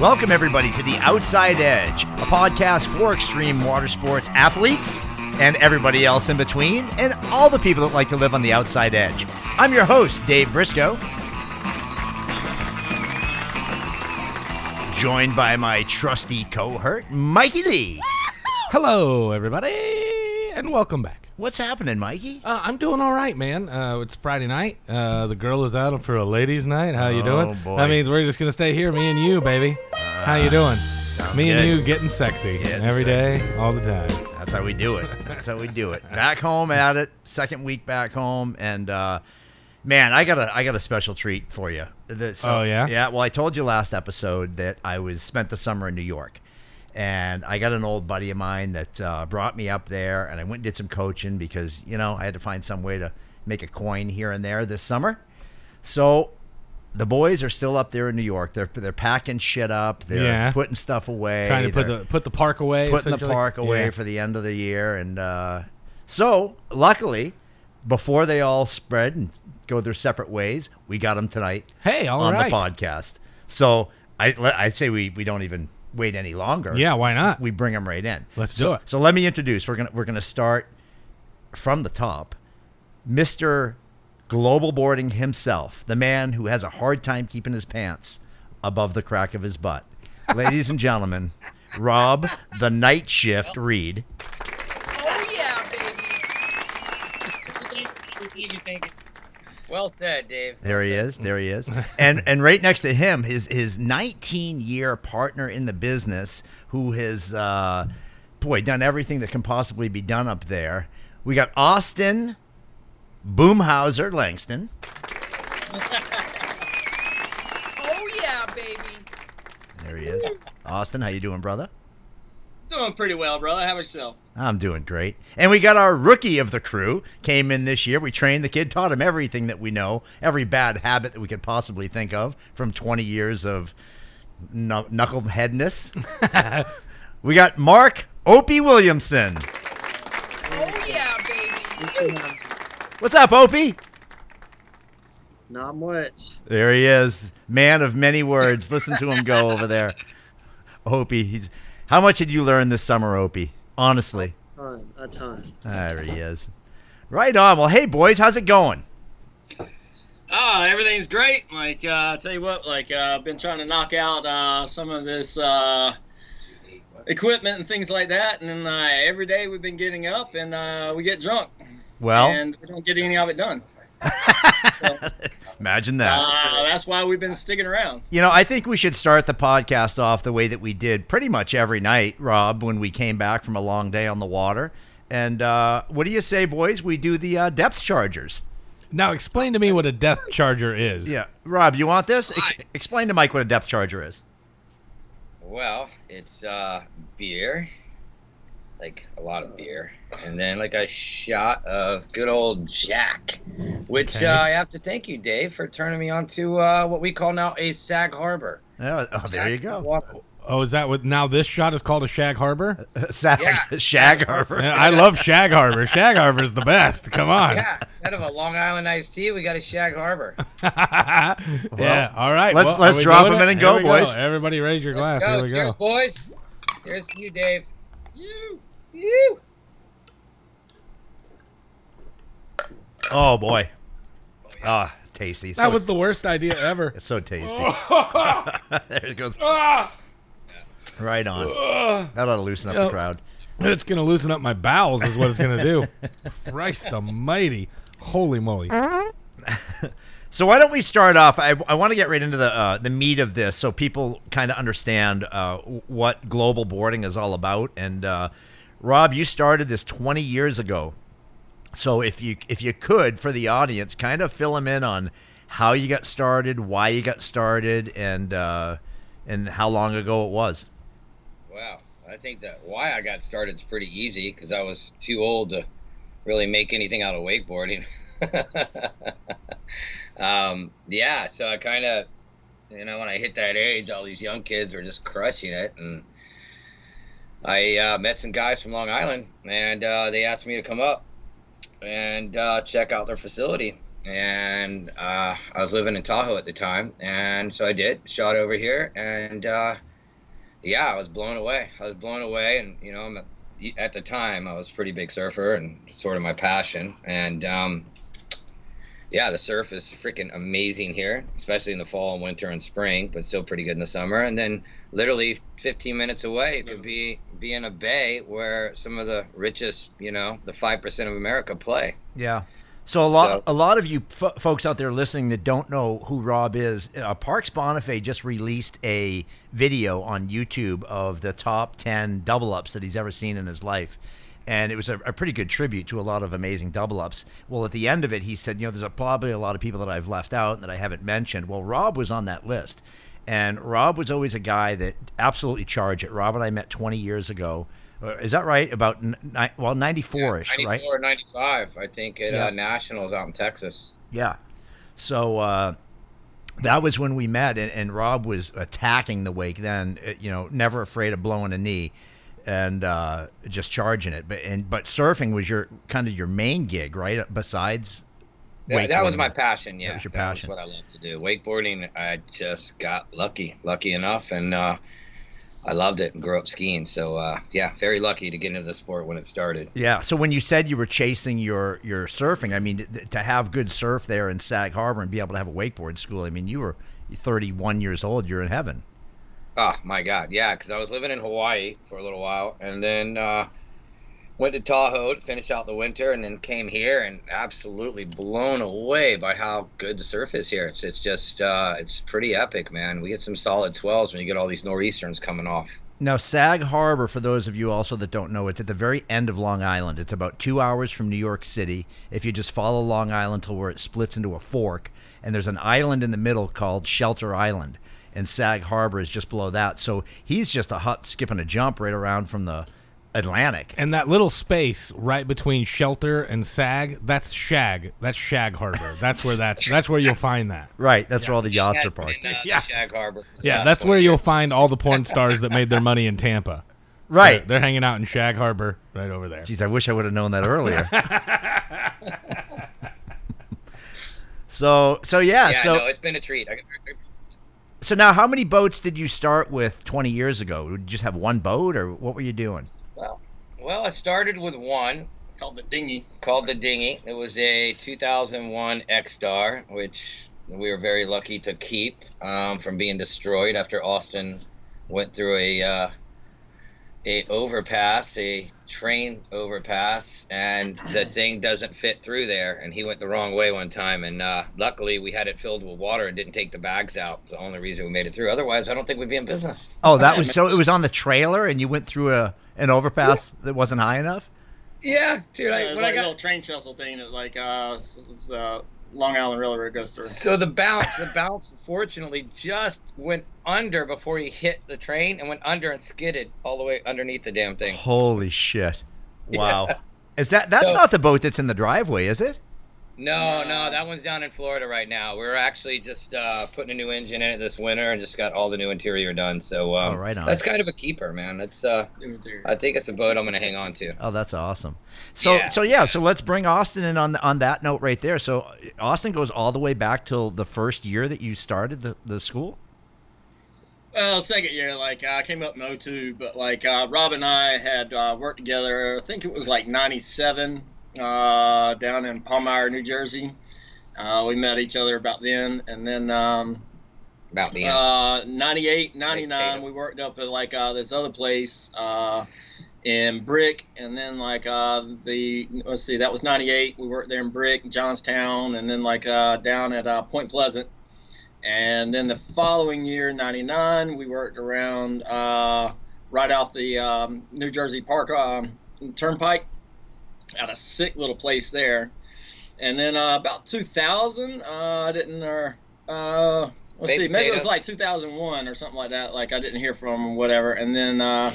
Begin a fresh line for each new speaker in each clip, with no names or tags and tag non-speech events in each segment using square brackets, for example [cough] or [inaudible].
Welcome, everybody, to The Outside Edge, a podcast for extreme water sports athletes and everybody else in between, and all the people that like to live on the outside edge. I'm your host, Dave Briscoe, joined by my trusty cohort, Mikey Lee.
Hello, everybody, and welcome back.
What's happening, Mikey?
Uh, I'm doing all right, man. Uh, it's Friday night. Uh, the girl is out for a ladies' night. How you
Oh,
doing?
boy. Ah,
That means we're just gonna stay here, me and you, baby. How you doing?
sounds
Me
good.
and you getting sexy
Getting
every day,
sexy.
all the time.
That's how we do
[laughs]
it. That's how we do it. Back home at it. Second week back home, and uh, man, I got a I got a special treat for you. The- so-
Oh, yeah?
yeah. Well, I told you last episode that I was spent the summer in New York, and I got an old buddy of mine that uh, brought me up there, and I went and did some coaching because you know I had to find some way to make a coin here and there this summer. So. The boys are still up there in New York. They're they're packing shit up. They're
Yeah.
putting stuff away.
Trying to put
They're-
the put the park away.
putting the
essentially.
park away
Yeah.
for the end of the year. And uh, so, luckily, before they all spread and go their separate ways, we got them tonight
Hey, all
on
right.
the podcast. So I I say we, we don't even wait any longer.
Yeah, why not?
We bring them right in.
Let's
So-
do it.
So let me introduce. We're gonna we're gonna start from the top. Mr. Global Boarding himself, the man who has a hard time keeping his pants above the crack of his butt. Ladies and gentlemen, Rob the Night Shift Reed.
Oh yeah, baby. You think it- Well said, Dave.
There he is. There he is. And and right next to him, his his 19 year partner in the business, who has uh, boy done everything that can possibly be done up there. We got Austin Boomhauser Langston.
Oh yeah, baby.
There he is. Austin, how you doing, brother?
Doing pretty well, brother. How yourself?
I'm doing great. And we got our rookie of the crew came in this year. We trained the kid, taught him everything that we know, every bad habit that we could possibly think of from 20 years of knu- knuckleheadness. we got Mark Opie Williamson.
Oh yeah, baby.
What's up, Opie?
Not much.
There he is, man of many words. Listen to him
[laughs]
go over there. Opie, he's how much did you learn this summer, Opie? Honestly,
Ton, a ton.
there he is. Right on. Well, hey boys, how's it going?
Oh, everything's great. Like, uh, I'll tell you what, like, uh, I've been trying to knock out uh, some of this uh, equipment and things like that. And then uh, every day we've been getting up and uh, we get drunk.
Well,
And we don't get any of it done. so,
[laughs] imagine that.
uh, that's why we've been sticking around.
You know, I think we should start the podcast off the way that we did pretty much every night, Rob, when we came back from a long day on the water. And uh, what do you say, boys? We do the uh, depth chargers.
Now explain to me what a death charger is.
Yeah, Rob, you want this? Ex- explain to Mike what a depth charger is.
Well, it's uh, beer, like a lot of beer, and then like a shot of good old Jack, which
Okay.
uh, I have to thank you, Dave, for turning me on to uh, what we call now a Sag Harbor.
Oh, oh, there you
Jack
go.
Water.
Oh, is that what? Now this shot is called a Shag Harbor.
Sag, [laughs]
Yeah.
Shag Harbor.
Yeah, I love Shag Harbor. Shag Harbor's the best. Come on.
Yeah, instead of a Long Island iced tea, we got a Shag Harbor.
[laughs] yeah. All right.
let's-
well,
let's
are we
drop
doing
them
it?
in and
Here
go,
we
boys.
Everybody, raise your glass.
Let's
Here
go.
we
Cheers,
go.
boys. Here's to you, Dave.
You.
You.
Oh, boy. Ah, tasty. So,
That was the worst idea ever.
it's so tasty.
Ah!
[laughs] there it goes. Right on.
Ah!
That ought to loosen up the
Yep.
crowd.
[laughs] it's gonna loosen up my bowels, is what it's gonna do. [laughs] Christ Almighty, holy moly!
So why don't we start off? I, I want to get right into the uh, the meat of this, so people kind of understand uh, what global boarding is all about. And uh, Rob, you started this 20 years ago, so if you if you could for the audience, kind of fill them in on how you got started, why you got started, and uh, and how long ago it was.
Wow, I think that why I got started is pretty easy because I was too old to really make anything out of wakeboarding. [laughs] um, yeah, so I kind of, you know, when I hit that age, all these young kids were just crushing it, and I uh, met some guys from Long Island, and uh, they asked me to come up and uh, check out their facility. And uh, I was living in Tahoe at the time, and so I did. Shot over here, and uh, yeah, I was blown away. I was blown away, and you know, I'm a, at the time I was a pretty big surfer and sort of my passion. And um, yeah, the surf is freaking amazing here, especially in the fall and winter and spring, but still pretty good in the summer. And then literally 15 minutes away, it could be be in a bay where some of the richest, you know, the five percent of America play.
Yeah. So a lot,
So-
a lot of you f- folks out there listening that don't know who Rob is, uh, Parks Bonifay just released a video on YouTube of the top ten double ups that he's ever seen in his life, and it was a, a pretty good tribute to a lot of amazing double ups. Well, at the end of it, he said, "You know, there's a, probably a lot of people that I've left out and that I haven't mentioned." Well, Rob was on that list, and Rob was always a guy that absolutely charged it. Rob and I met 20 years ago. Uh, Is that right? About n- ni- well, 94 ish, right?
94, 95, I think, at
Yeah.
uh, Nationals out in Texas.
Yeah. So uh, that was when we met, and, and Rob was attacking the wake then, uh, you know, never afraid of blowing a knee and uh, just charging it. But and but surfing was your kind of your main gig, right? uh, Besides,
Yeah, that was
wakeboarding.
my passion. Yeah,
was your passion.
what I love to do. Wakeboarding, I just got lucky, lucky enough, and uh, I loved it and grew up skiing. So uh, yeah, very lucky to get into the sport when it started.
Yeah. So when you said you were chasing your your surfing, I mean, th- to have good surf there in Sag Harbor and be able to have a wakeboard school, I mean, you were 31 years old. You're in heaven.
Oh my God, yeah, because I was living in Hawaii for a little while, and then uh, went to Tahoe to finish out the winter, and then came here and absolutely blown away by how good the surf is here. It's it's just uh, it's pretty epic, man. We get some solid swells when you get all these nor'easterns coming off.
Now, Sag Harbor, for those of you also that don't know, it's at the very end of Long Island. It's about two hours from New York City. If you just follow Long Island till where it splits into a fork, and there's an island in the middle called Shelter Island, and Sag Harbor is just below that. So he's just a hut skipping a jump right around from the Atlantic.
And that little space right between shelter and sag, that's shag. That's shag harbor. That's where that's that's where you'll find that.
Right, that's where all the yachts are
That's
parked.
been, uh, the
Yeah.
Shag Harbor. for
[laughs]
the
Yeah,
last
that's
20
where you'll
years.
find all the porn stars that made their money in Tampa.
Right.
They're hanging out in Shag Harbor right over there.
Jeez, I wish I would have known that earlier. [laughs] so, so yeah,
Yeah,
so
no, it's been a treat. I,
So now, how many boats did you start with 20 years ago? Did you just have one boat, or what were you doing?
well, well, I started with one
Called the dinghy.
called the Dinghy. It was a 2001 X Star, which we were very lucky to keep um, from being destroyed after Austin went through a uh, a overpass, a train overpass, and the thing doesn't fit through there. And he went the wrong way one time, and uh, luckily we had it filled with water and didn't take the bags out. It's the only reason we made it through. Otherwise, I don't think we'd be in business.
Oh, that was so. It was on the trailer, and you went through a an overpass that wasn't high enough.
Yeah, dude.
Yeah,
I,
it was
when I
like a
got,
little train trestle thing that like uh, s- s- uh, Long Island Railroad goes
[laughs]
through.
so the bounce, the bounce, fortunately, just went under before he hit the train and went under and skidded all the way underneath the damn thing.
Holy shit! Wow, is that that's
So-
not the boat that's in the driveway, is it?
No,
No.
no, that one's down in Florida right now. We're actually just uh, putting a new engine in it this winter and just got all the new interior done. So um,
Oh, right on.
that's kind of a keeper, man. That's uh, I think it's a boat I'm gonna hang on to.
Oh, that's awesome. So,
Yeah.
so yeah. So let's bring Austin in on on that note right there. So Austin goes all the way back till the first year that you started the the school.
Well, second year, like I came up in 02, but like uh, Rob and I had uh, worked together. I think it was like '97 uh, down in Palmyra, New Jersey. Uh, we met each other about then, and then um,
About the end.
uh, 98, 99,
Tatum.
we worked up at like uh, this other place uh, in Brick, and then like uh, the let's see, that was 98. We worked there in Brick, Johnstown, and then like uh, down at uh, Point Pleasant. And then the following year, 99, we worked around uh, right off the um, New Jersey Park um, Turnpike at a sick little place there. And then uh, about 2000, uh, I didn't, or uh, let's
Baked
see, maybe it was
potato.
like 2001 or something like that. Like I didn't hear from him, whatever. And then uh,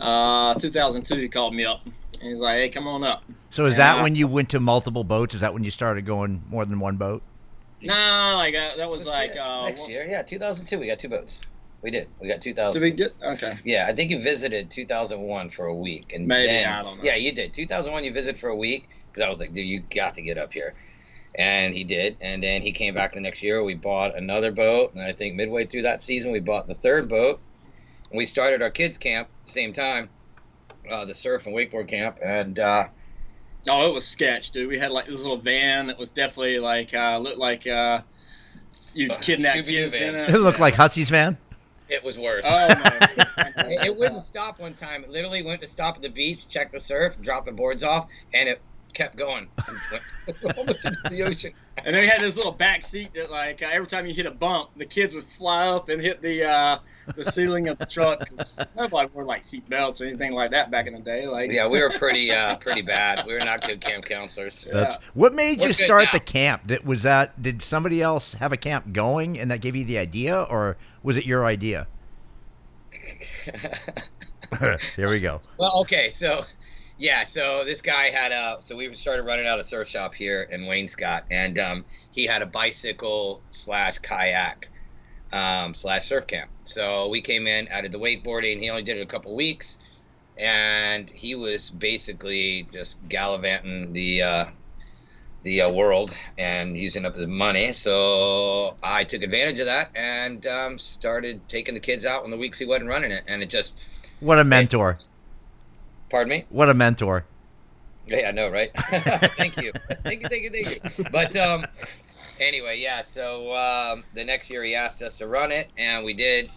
uh, 2002, he called me up. And he's like, hey, come on up.
So is that
Yeah.
when you went to multiple boats? Is that when you started going more than one boat?
Nah, like uh, that was like,
Yeah,
uh,
next year, yeah, 2002. We got two boats. We did. We got
did
2000.
we get, okay.
Yeah, I think you visited 2001 for a week, and
Maybe,
then-
I don't know.
Yeah, you did 2001. You visited for a week because I was like, dude, you got to get up here, and he did. And then he came back the next year. We bought another boat, and I think midway through that season, we bought the third boat, we started our kids camp same time, uh, the surf and wakeboard camp, and uh,
Oh, it was sketch, dude. We had like this little van that was definitely like uh, looked like uh, you
[laughs]
kidnapped
Scooby-Doo
kids in
van.
It
it.
looked like Hussey's van.
it was worse. [laughs]
Oh my!
it, it wouldn't stop one time. It literally went to stop at the beach, check the surf, drop the boards off, and it kept
[laughs]
going. [laughs] It went almost into the ocean.
And then we had this little back seat that, like, uh, every time you hit a bump, the kids would fly up and hit the uh, the ceiling of the truck. 'cause nobody wore like seat belts or anything like that back in the day. Like,
Yeah, we were pretty uh, pretty bad. We were not good camp counselors.
That's what made
We're
you
good
start
now.
the camp. That was that. Did somebody else have a camp going, and that gave you the idea, or was it your
[laughs]
idea? [laughs] Here we go.
Well, okay, so yeah, so this guy had a so we started running out of surf shop here in Waynescott, and um, he had a bicycle slash kayak um, slash surf camp. So we came in, I did the wakeboarding. He only did it a couple weeks, and he was basically just gallivanting the uh, the uh, world and using up his money. So I took advantage of that and um, started taking the kids out on the weeks he wasn't running it, and it just
What a mentor.
pardon me.
What a mentor.
Yeah, I know, right? thank you, thank you, thank you, thank you. But um, anyway, yeah. So um, the next year he asked us to run it, and we did,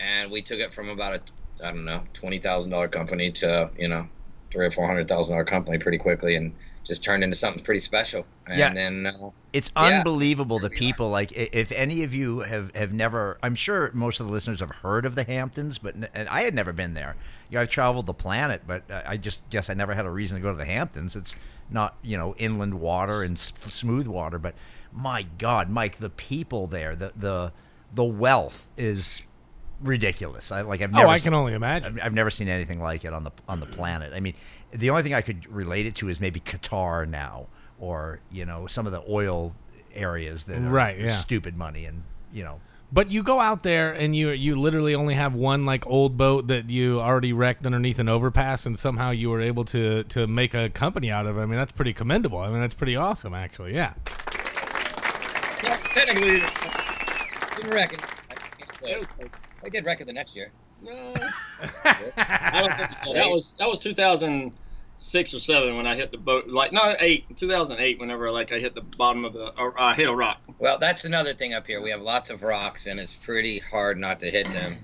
and we took it from about a I don't know twenty thousand dollar company to you know three or four hundred thousand dollar company pretty quickly, and just turned into something pretty special. And
Yeah.
then uh,
It's
Yeah.
unbelievable the
we are.
people like i- if any of you have have never I'm sure most of the listeners have heard of the Hamptons but n- and I had never been there. You know, I've traveled the planet but uh, I just guess I never had a reason to go to the Hamptons. It's not, you know, inland water and s- smooth water but my god, Mike, the people there, the the the wealth is ridiculous. I like I've never
Oh, I
s-
can only imagine.
I've, I've never seen anything like it on the on the planet. I mean, the only thing I could relate it to is maybe Qatar now, or you know, some of the oil areas that are
Right, yeah.
stupid money and you know.
But you go out there and you you literally only have one like old boat that you already wrecked underneath an overpass, and somehow you were able to to make a company out of. it. I mean, that's pretty commendable. I mean, that's pretty awesome, actually. Yeah.
technically,
didn't wreck it. I can't
it
place.
was close.
We did wreck it the next year.
No. I don't think so. That was that was 2006 or seven when I hit the boat. Like no, eight 2008. Whenever like I hit the bottom of the or I hit a rock.
Well, that's another thing up here. We have lots of rocks, and it's pretty hard not to hit them.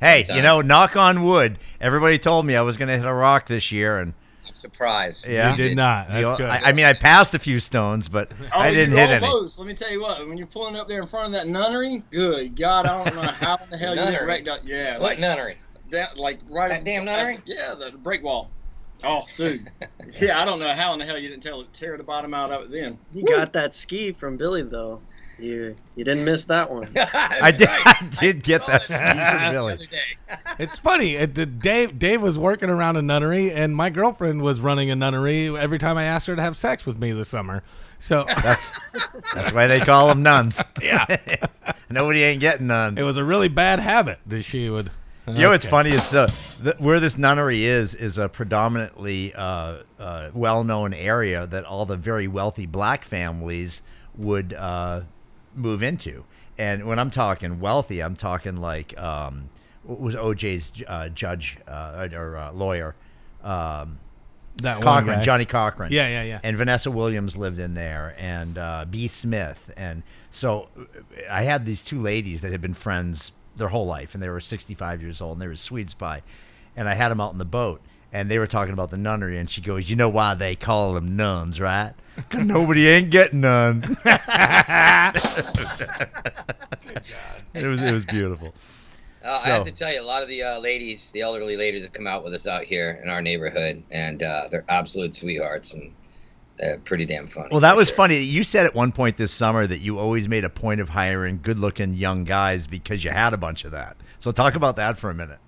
Hey,
Sometimes.
you know, knock on wood. Everybody told me I was going to hit a rock this year, and
I'm surprised.
Yeah.
You did not.
you know,
That's good.
I, I mean, I passed a few stones, but I
Oh, you
didn't hit any.
almost. Let me tell you what. When you're pulling up there in front of that nunnery, good God, I don't know how in the hell you
Nunnery?
wrecked that. Yeah,
What
like
nunnery? [laughs]
that, like right
That damn nunnery?
Yeah, the break wall. Oh, dude. [laughs] yeah, I don't know how in the hell you didn't tell, tear the bottom out of it then.
You got that ski from Billy though. You you didn't miss that one.
I did. I did get that skeever, really.
It's funny. It, the, Dave Dave was working around a nunnery, and my girlfriend was running a nunnery every time I asked her to have sex with me this summer. So [laughs]
That's that's why they call them nuns. [laughs] Yeah, nobody ain't getting none.
it was a really bad habit that she would.
You know what's
Okay.
funny is uh, th- where this nunnery is is a predominantly uh, uh, well-known area that all the very wealthy black families would uh, move into. And when I'm talking wealthy, I'm talking like um, what was OJ's j- uh, judge uh, or uh, lawyer um,
That one
Cochran,
guy.
Johnny Cochran.
Yeah, yeah, yeah.
And Vanessa Williams lived in there, and uh, B. Smith, and so uh, I had these two ladies that had been friends their whole life, and they were 65 years old, and they were Swedes by, and I had them out in the boat. And they were talking about the nunnery, and she goes, "You know why they call them nuns, right? 'Cause nobody ain't getting none." [laughs] it was it was beautiful.
Uh,
So-
I have to tell you, a lot of the uh, ladies, the elderly ladies, have come out with us out here in our neighborhood, and uh, they're absolute sweethearts and uh, pretty damn funny.
Well, that
for
was
sure.
funny. You said at one point this summer that you always made a point of hiring good-looking young guys because you had a bunch of that. So talk about that for a minute.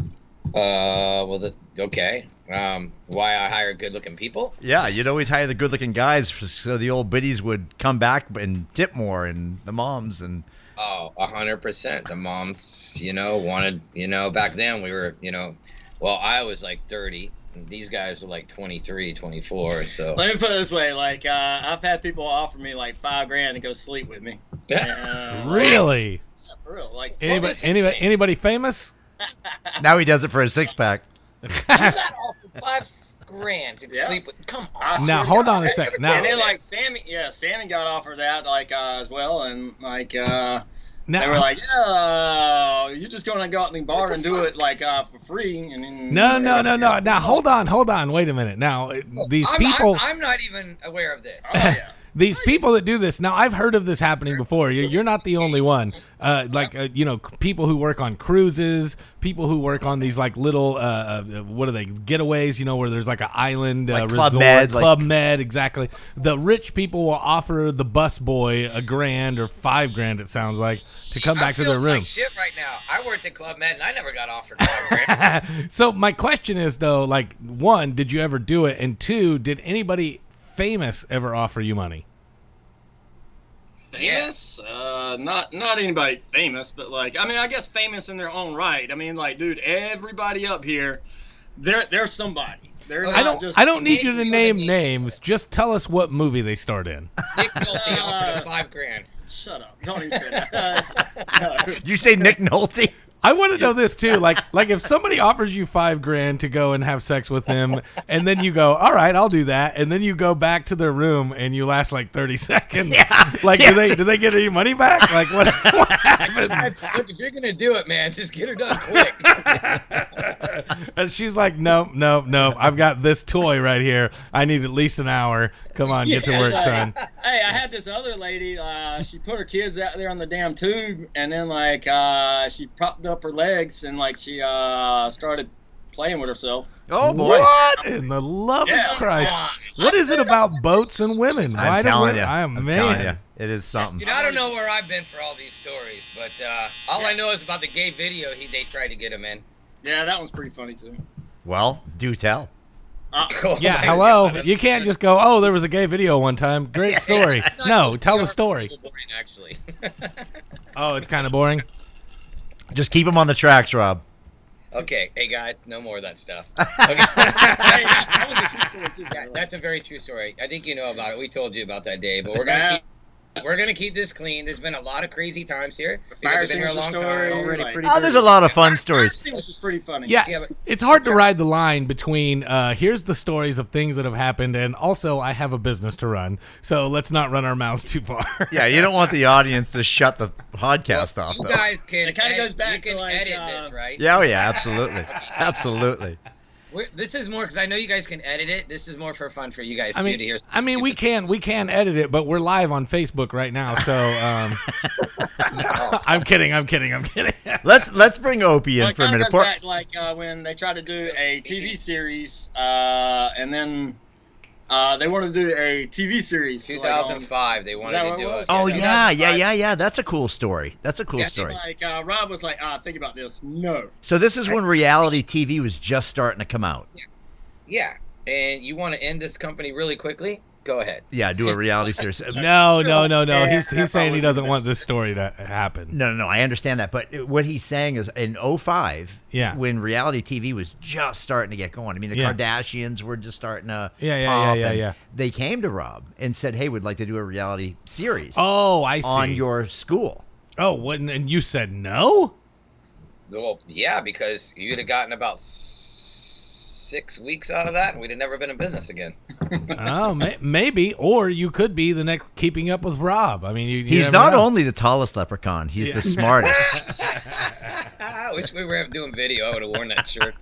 Uh, well, the, okay. Um, why I hire good-looking people?
Yeah, you'd always hire the good-looking guys f- so the old biddies would come back and tip more, and the moms and
Oh, a hundred percent. The moms, you know, wanted, you know, back then we were, you know, well, I was like thirty. and These guys were like 23, 24, so
Let me put it this way: like uh,
[laughs]
I've had people offer me like five grand to go sleep with me. And, uh,
Really?
for real. Like what
Anybody,
is his
anybody,
name?
anybody
[laughs]
famous?
Now he does it for a six pack.
Do that all for [laughs] five grand and
Yeah.
sleep with. Come on.
I swear
Now
to
hold
God.
on a second. Now,
And then like Sammy, yeah, Sammy got offered that like uh, as well, and like uh, they were
now,
like, yeah, uh, you're just gonna go out in the bar and do it like uh, for free, and then
[laughs] no, no, no, no. Now hold on, hold on. Wait a minute. Now it- these
I'm,
people,
I'm, I'm not even aware of this.
Oh, yeah.
these people that do this. Now I've heard of this happening before. You're, you're not the only one. Uh, like uh, you know, c- people who work on cruises, people who work on these like little uh, uh, what are they getaways? You know, where there's like an island uh,
Like Club
resort,
Med, like-
Club Med, exactly. The rich people will offer the bus boy a grand or five grand. It sounds like [laughs] to come back to
I
their
feel
room.
Like shit right now. I worked at Club Med and I never got offered five
[laughs]
grand.
so my question is though, like one, did you ever do it? And two, did anybody famous ever offer you money?
famous. Uh, not not anybody famous, but like I mean, I guess famous in their own right. I mean, like dude, everybody up here, they're they're somebody. They're
I
not
don't
Uh, just
I don't need you
name
to
you
name
the name.
names. Just tell us what movie they starred in.
Nick Nolte offered him five grand.
Shut up! Don't even
[laughs]
say that. No.
You say [laughs] Nick Nolte?
I want to know this too. Like like if somebody offers you 5 grand to go and have sex with them and then you go, "All right, I'll do that." And then you go back to their room and you last like 30 [laughs] seconds.
Yeah.
Like
Yeah.
do they do they get any money back? Like what, [laughs] what happens?
Look, if you're gonna do it, man, just get her
[laughs]
done quick.
And she's like, nope, nope, nope. I've got this toy right here. I need at least an hour. Come on, get to work, son.
hey, I had this other lady. Uh, she put her kids out there on the damn tube, and then like uh, she propped up her legs and like she uh, started playing with herself.
Oh boy.
What in the love of Oh, Christ? What is it about boats and women?
I'm
Why do
telling
women-
you.
I'm
I'm
man.
telling you. It is something.
You know, I don't know where I've been for all these stories, but uh, all I know is about the gay video he they tried to get him in. [laughs]
Yeah, that one's pretty
[laughs]
funny too.
Well, do tell.
Uh,
Yeah, hello. You can't just go, oh, there was a gay video one time. Great story.
[laughs]
No, tell the story.
Actually, [laughs]
Oh, it's kind of boring.
Just keep him on the tracks, Rob.
okay. Hey guys, no more of
[laughs]
that stuff. Okay.
hey, that was a true story too. by
Yeah,
the way.
that's a very true story. I think you know about it. We told you about that day, but we're gonna keep we're gonna keep this clean. There's been a lot of crazy times here. You guys
Fire
have been here a
extinguisher
long
story.
time.
Already
like-
pretty
Oh, there's a lot of
[laughs]
fun stories.
This is pretty funny.
Yeah,
Yeah, but-
it's hard to ride the line between uh, here's the stories of things that have happened, and also I have a business to run, so let's not run our mouths too far.
Yeah, you don't want the audience to shut the podcast off,
You
though.
guys can.
It kinda
ed-
goes back
you can
to, like,
edit
uh,
this, right?
Yeah, oh yeah, absolutely, absolutely.
We're, this is more because I know you guys can edit it. This is more for fun for you guys
I
too
mean,
to hear.
I mean, we
stupid-
can we can edit it, but we're live on Facebook right now, so
[laughs]
um, [laughs] I'm kidding, I'm kidding, I'm kidding.
Let's let's bring Opie in
Well, it
for a
kinda
minute.
goes
Poor-
back, like uh, when they tried to do a TV series, uh, and then uh, they wanted to do a TV series. like, on-
2005. They wanted
that
to
what
do
it
it.
was?
oh yeah, yeah,
Yeah.
yeah, yeah. That's a cool story. That's a cool
Yeah,
story.
Like uh, Rob was like, "Ah, think about this. No,
So this is when reality TV was just starting to come out.
Yeah, and you want to end this company really quickly? Go ahead.
Yeah, do a reality series.
[laughs]
No,
No, no, no, no.
Yeah,
He's he's
that's
saying
all
he
we
doesn't
do.
want this story to happen.
no, no. I understand that, but what he's saying is in 05,
Yeah.
when reality TV was just starting to get going. I mean, the
Yeah.
Kardashians were just starting to
Yeah, yeah, yeah,
pop,
yeah,
and
yeah.
They came to Rob and said, "Hey, we'd like to do a reality series
Oh, I see.
on your school."
oh, what? And you said no?
Well, yeah, because you'd have gotten about s- six weeks out of that, and we'd have never been in business again.
[laughs]
Oh, may, maybe, or you could be the next keeping up with Rob. I mean, you, you
He's
never
not
know.
only the tallest leprechaun; he's
Yeah.
the
[laughs]
smartest.
[laughs] I wish we were doing video. I would have worn
[laughs]
that shirt.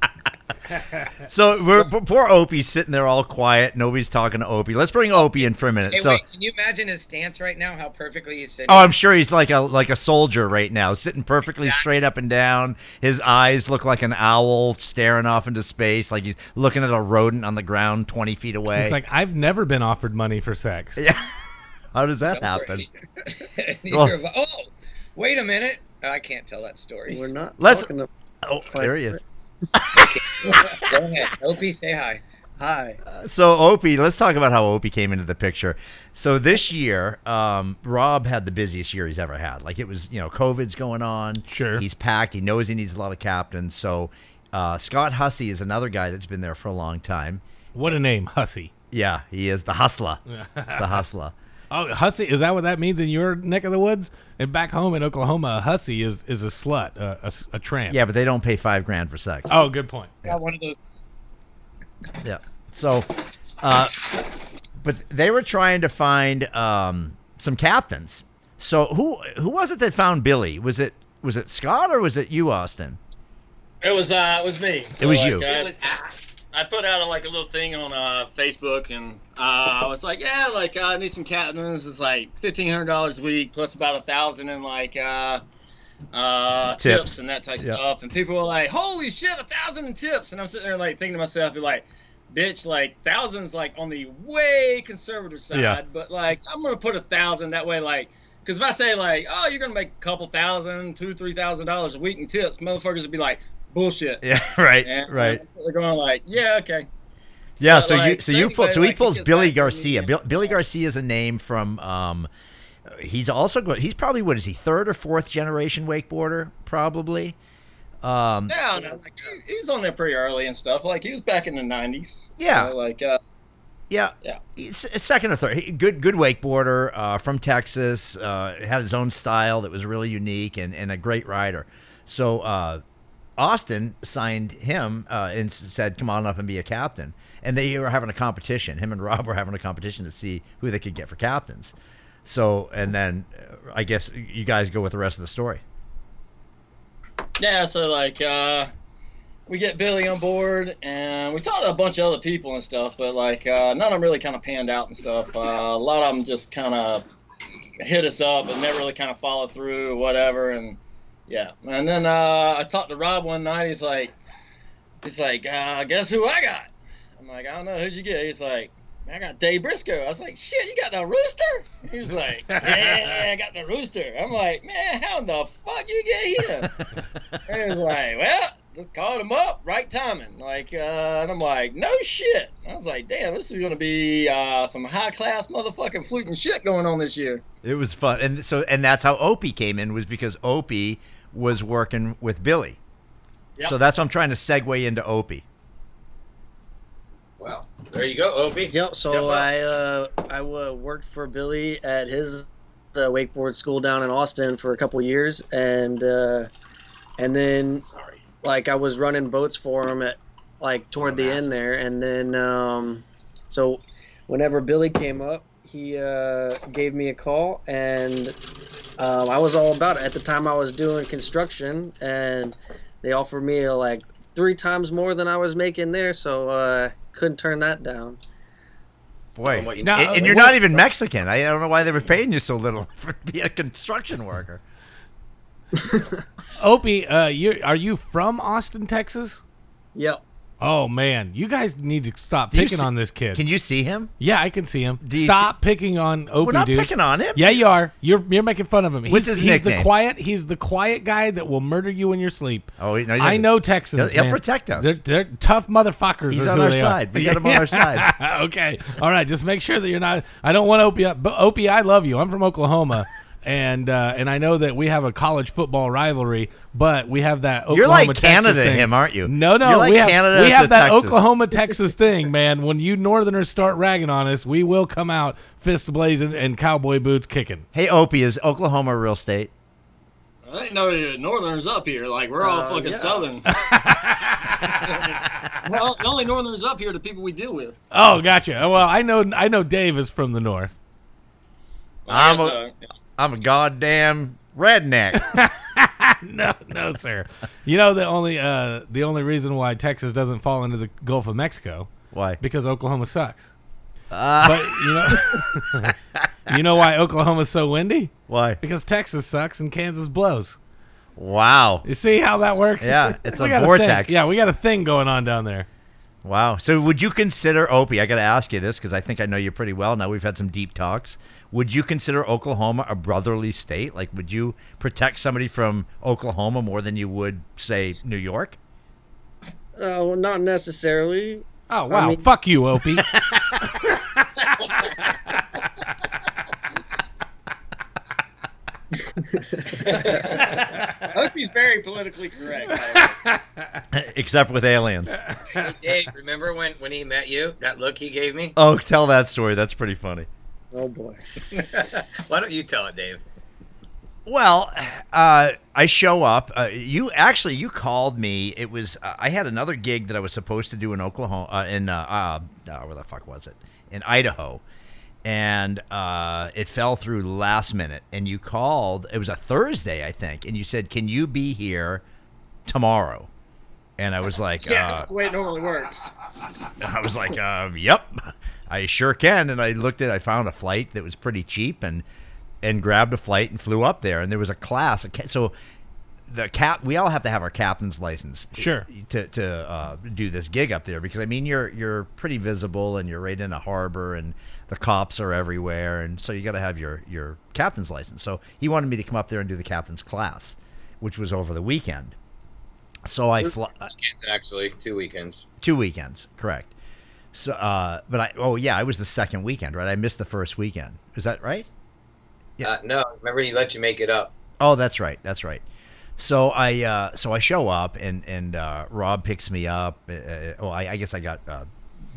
So we're, p- poor Opie's sitting there all quiet. Nobody's talking to Opie. Let's bring Opie in for a minute.
Hey,
so,
wait, can you imagine his stance right now? How perfectly he's sitting.
oh, I'm sure he's like a like a soldier right now, sitting perfectly straight up and down. His eyes look like an owl staring off into space, like he's looking at a rodent on the ground twenty feet away.
It's like I've never been offered money for sex.
How does that happen?
[laughs] Neither
Oh.
of- oh, wait a minute. I can't tell that story.
We're not
Let's-
talking to
Oh, there he is.
Go
[laughs]
ahead. Opie, say hi.
hi.
So Opie, let's talk about how Opie came into the picture. So this year, um, Rob had the busiest year he's ever had. Like it was, you know, COVID's going on.
Sure.
He's packed. He knows he needs a lot of captains. So uh, Scott Hussey is another guy that's been there for a long time.
What a name, hussy.
Yeah, he is the hustler. the hustler.
Oh, hussy is that what that means in your neck of the woods? And back home in Oklahoma, a hussy is is a slut, a, a s- a tramp.
Yeah, but they don't pay five grand for sex.
Oh, good point.
Got one of those.
Yeah. So, uh, but they were trying to find um, some captains. So who who was it that found Billy? Was it was it Scott or was it you, Austin?
It was uh, it was me. So,
It was
like,
you.
I-
It was ah,
I put out like a little thing on uh, Facebook, and uh, I was like, "Yeah, like uh, I need some captains. It's like fifteen hundred dollars a week plus about a thousand in like uh, uh, tips.
Tips.
and that type of
Yeah.
stuff." And people were like, "Holy shit, a thousand in tips!" And I'm sitting there like thinking to myself, be like." Bitch, like thousands, like on the way conservative side,
Yeah.
but like I'm gonna put a thousand that way, like, because if I say like, oh, you're gonna make a couple thousand, two, three thousand dollars a week in tips, motherfuckers would be like, bullshit.
[laughs] Yeah. Right.
And
Right.
They're going like, yeah, okay.
Yeah.
But,
so you
like,
so you pull, so
anyway,
he
like,
pulls
he gets
Billy
back to me
Garcia.
and-
Bill, Billy Garcia is a name from. Um, he's also good. He's probably what is he third or fourth generation wakeboarder probably. Um,
Yeah, no, like he, he was on there pretty early and stuff. Like he was back in the nineties.
Yeah.
like uh,
Yeah.
Yeah.
He's a second or third. He- Good good wakeboarder uh, from Texas. Uh, had his own style that was really unique and, and a great rider. So uh, Austin signed him uh, and s- said, come on up and be a captain. And they were having a competition. Him and Rob were having a competition to see who they could get for captains. So, and then uh, I guess you guys go with the rest of the story.
yeah. So like uh, we get Billy on board, and we talked to a bunch of other people and stuff. But like uh, none of them really kind of panned out and stuff. Uh, a lot of them just kind of hit us up and never really kind of followed through or whatever. And yeah, and then uh, I talked to Rob one night. He's like, he's like, uh, guess who I got? I'm like, I don't know who'd you get. He's like, I got Dave Briscoe. I was like, shit, you got the rooster? He was like, yeah, I got the rooster. I'm like, man, how the fuck you get here? And he was like, well, just called him up, right timing. Like, uh, and I'm like, no shit. I was like, damn, this is gonna be uh, some high class motherfucking fluting shit going on this year.
It was fun. And so, and that's how Opie came in was because Opie was working with Billy.
Yep.
So that's what I'm trying to segue into Opie.
Well, there you go, Opie. Step
Yep. So
up.
I uh, I uh, worked for Billy at his uh, wakeboard school down in Austin for a couple years, and uh, and then
Sorry.
like I was running boats for him at like toward the
Dumbass.
end there, and then um, so whenever Billy came up, he uh, gave me a call, and um, I was all about it. At the time, I was doing construction, and they offered me like three times more than I was making there, so uh, couldn't turn that down.
Boy,
From what you-
Now-
and,
Uh,
and you're
what-
not even Mexican. I don't know why they were paying you so little [laughs] for to be a construction worker.
Opie, uh, you are you from Austin, Texas?
Yep.
Oh man, you guys need to stop
Do you
picking
see-
on this kid.
Can you see him?
yeah, I can see him.
Do you
Stop picking on Opie,
We're not
dude.
picking on him.
yeah, you are. You're you're making fun of him.
What's
he's,
his
he's
nickname?
the quiet. He's the quiet guy that will murder you in your sleep.
Oh, no, he
I
doesn't.
know Texans.
He'll- he'll
man.
protect us.
They're, they're tough motherfuckers.
He's
is
on
who
our
they are.
side. We got
[laughs]
him on our side.
okay. All right. Just make sure that you're not. I don't want Opie. But Opie, I love you. I'm from Oklahoma. And uh, and I know that we have a college football rivalry, but we have that Oklahoma
You're like
Texas
Canada to
thing.
him, aren't you?
No, no,
You're like
we have
Canada
we
to
have that
Texas.
Oklahoma Texas thing, man. When you Northerners start ragging on us, we will come out fist blazing and cowboy boots kicking.
Hey, Opie, is Oklahoma a real state?
I ain't no northerners up here. Like we're all
Uh,
fucking
yeah.
southern. well, the only northerners up here are the people we deal with.
Oh, gotcha. Well, I know I know Dave is from the north. [laughs]
I'm
Yeah,
a-
so-
I'm a goddamn
[laughs]
redneck.
no, no, sir. You know the only uh, the only reason why Texas doesn't fall into the Gulf of Mexico
why?
because Oklahoma sucks.
Ah.
but you know, [laughs] you know why Oklahoma's so windy?
Why?
Because Texas sucks and Kansas blows.
Wow.
You see how that works? [laughs]
Yeah, it's
We
a
got thing-
vortex.
yeah, we got a thing going on down there.
Wow. So, would you consider Opie? I got to ask you this because I think I know you pretty well. Now we've had some deep talks. Would you consider Oklahoma a brotherly state? Like, would you protect somebody from Oklahoma more than you would, say, New York? [laughs]
Uh, well, not necessarily.
Oh wow!
mean-
Fuck
[laughs]
you, Opie.
I hope he's very politically correct. by the way.
[laughs] Except with aliens.
Hey, Dave, remember when, when he met you? That look he gave me?
Oh, tell that story. That's pretty funny.
Oh boy.
Why don't you tell it, Dave?
Well, uh, I show up. Uh, you actually you called me. It was uh, I had another gig that I was supposed to do in Oklahoma uh, in uh, uh, uh, where the fuck was it in Idaho, and uh, it fell through last minute. And you called. It was a Thursday, I think, and you said, "Can you be here tomorrow?" And I was like,
Yeah,
uh,
that's the way it normally works.
[laughs] I was like, uh, "Yep, [laughs] I sure can." And I looked at, I found a flight that was pretty cheap, and and grabbed a flight and flew up there. And there was a class, a ca- so the cap. We all have to have our captain's license,
Sure.
to to uh, do this gig up there because I mean you're you're pretty visible and you're right in a harbor and the cops are everywhere, and so you got to have your your captain's license. So he wanted me to come up there and do the captain's class, which was over the weekend. So I uh, fly.
It's actually two weekends.
Two weekends, correct. So, uh, but I, oh yeah, I was the second weekend, right? I missed the first weekend. Is that right? Yeah.
Uh, no, remember he let you make it up.
Oh, that's right. That's right. So I, uh, so I show up and, and, uh, Rob picks me up. Uh, Uh, well, I, I guess I got, uh,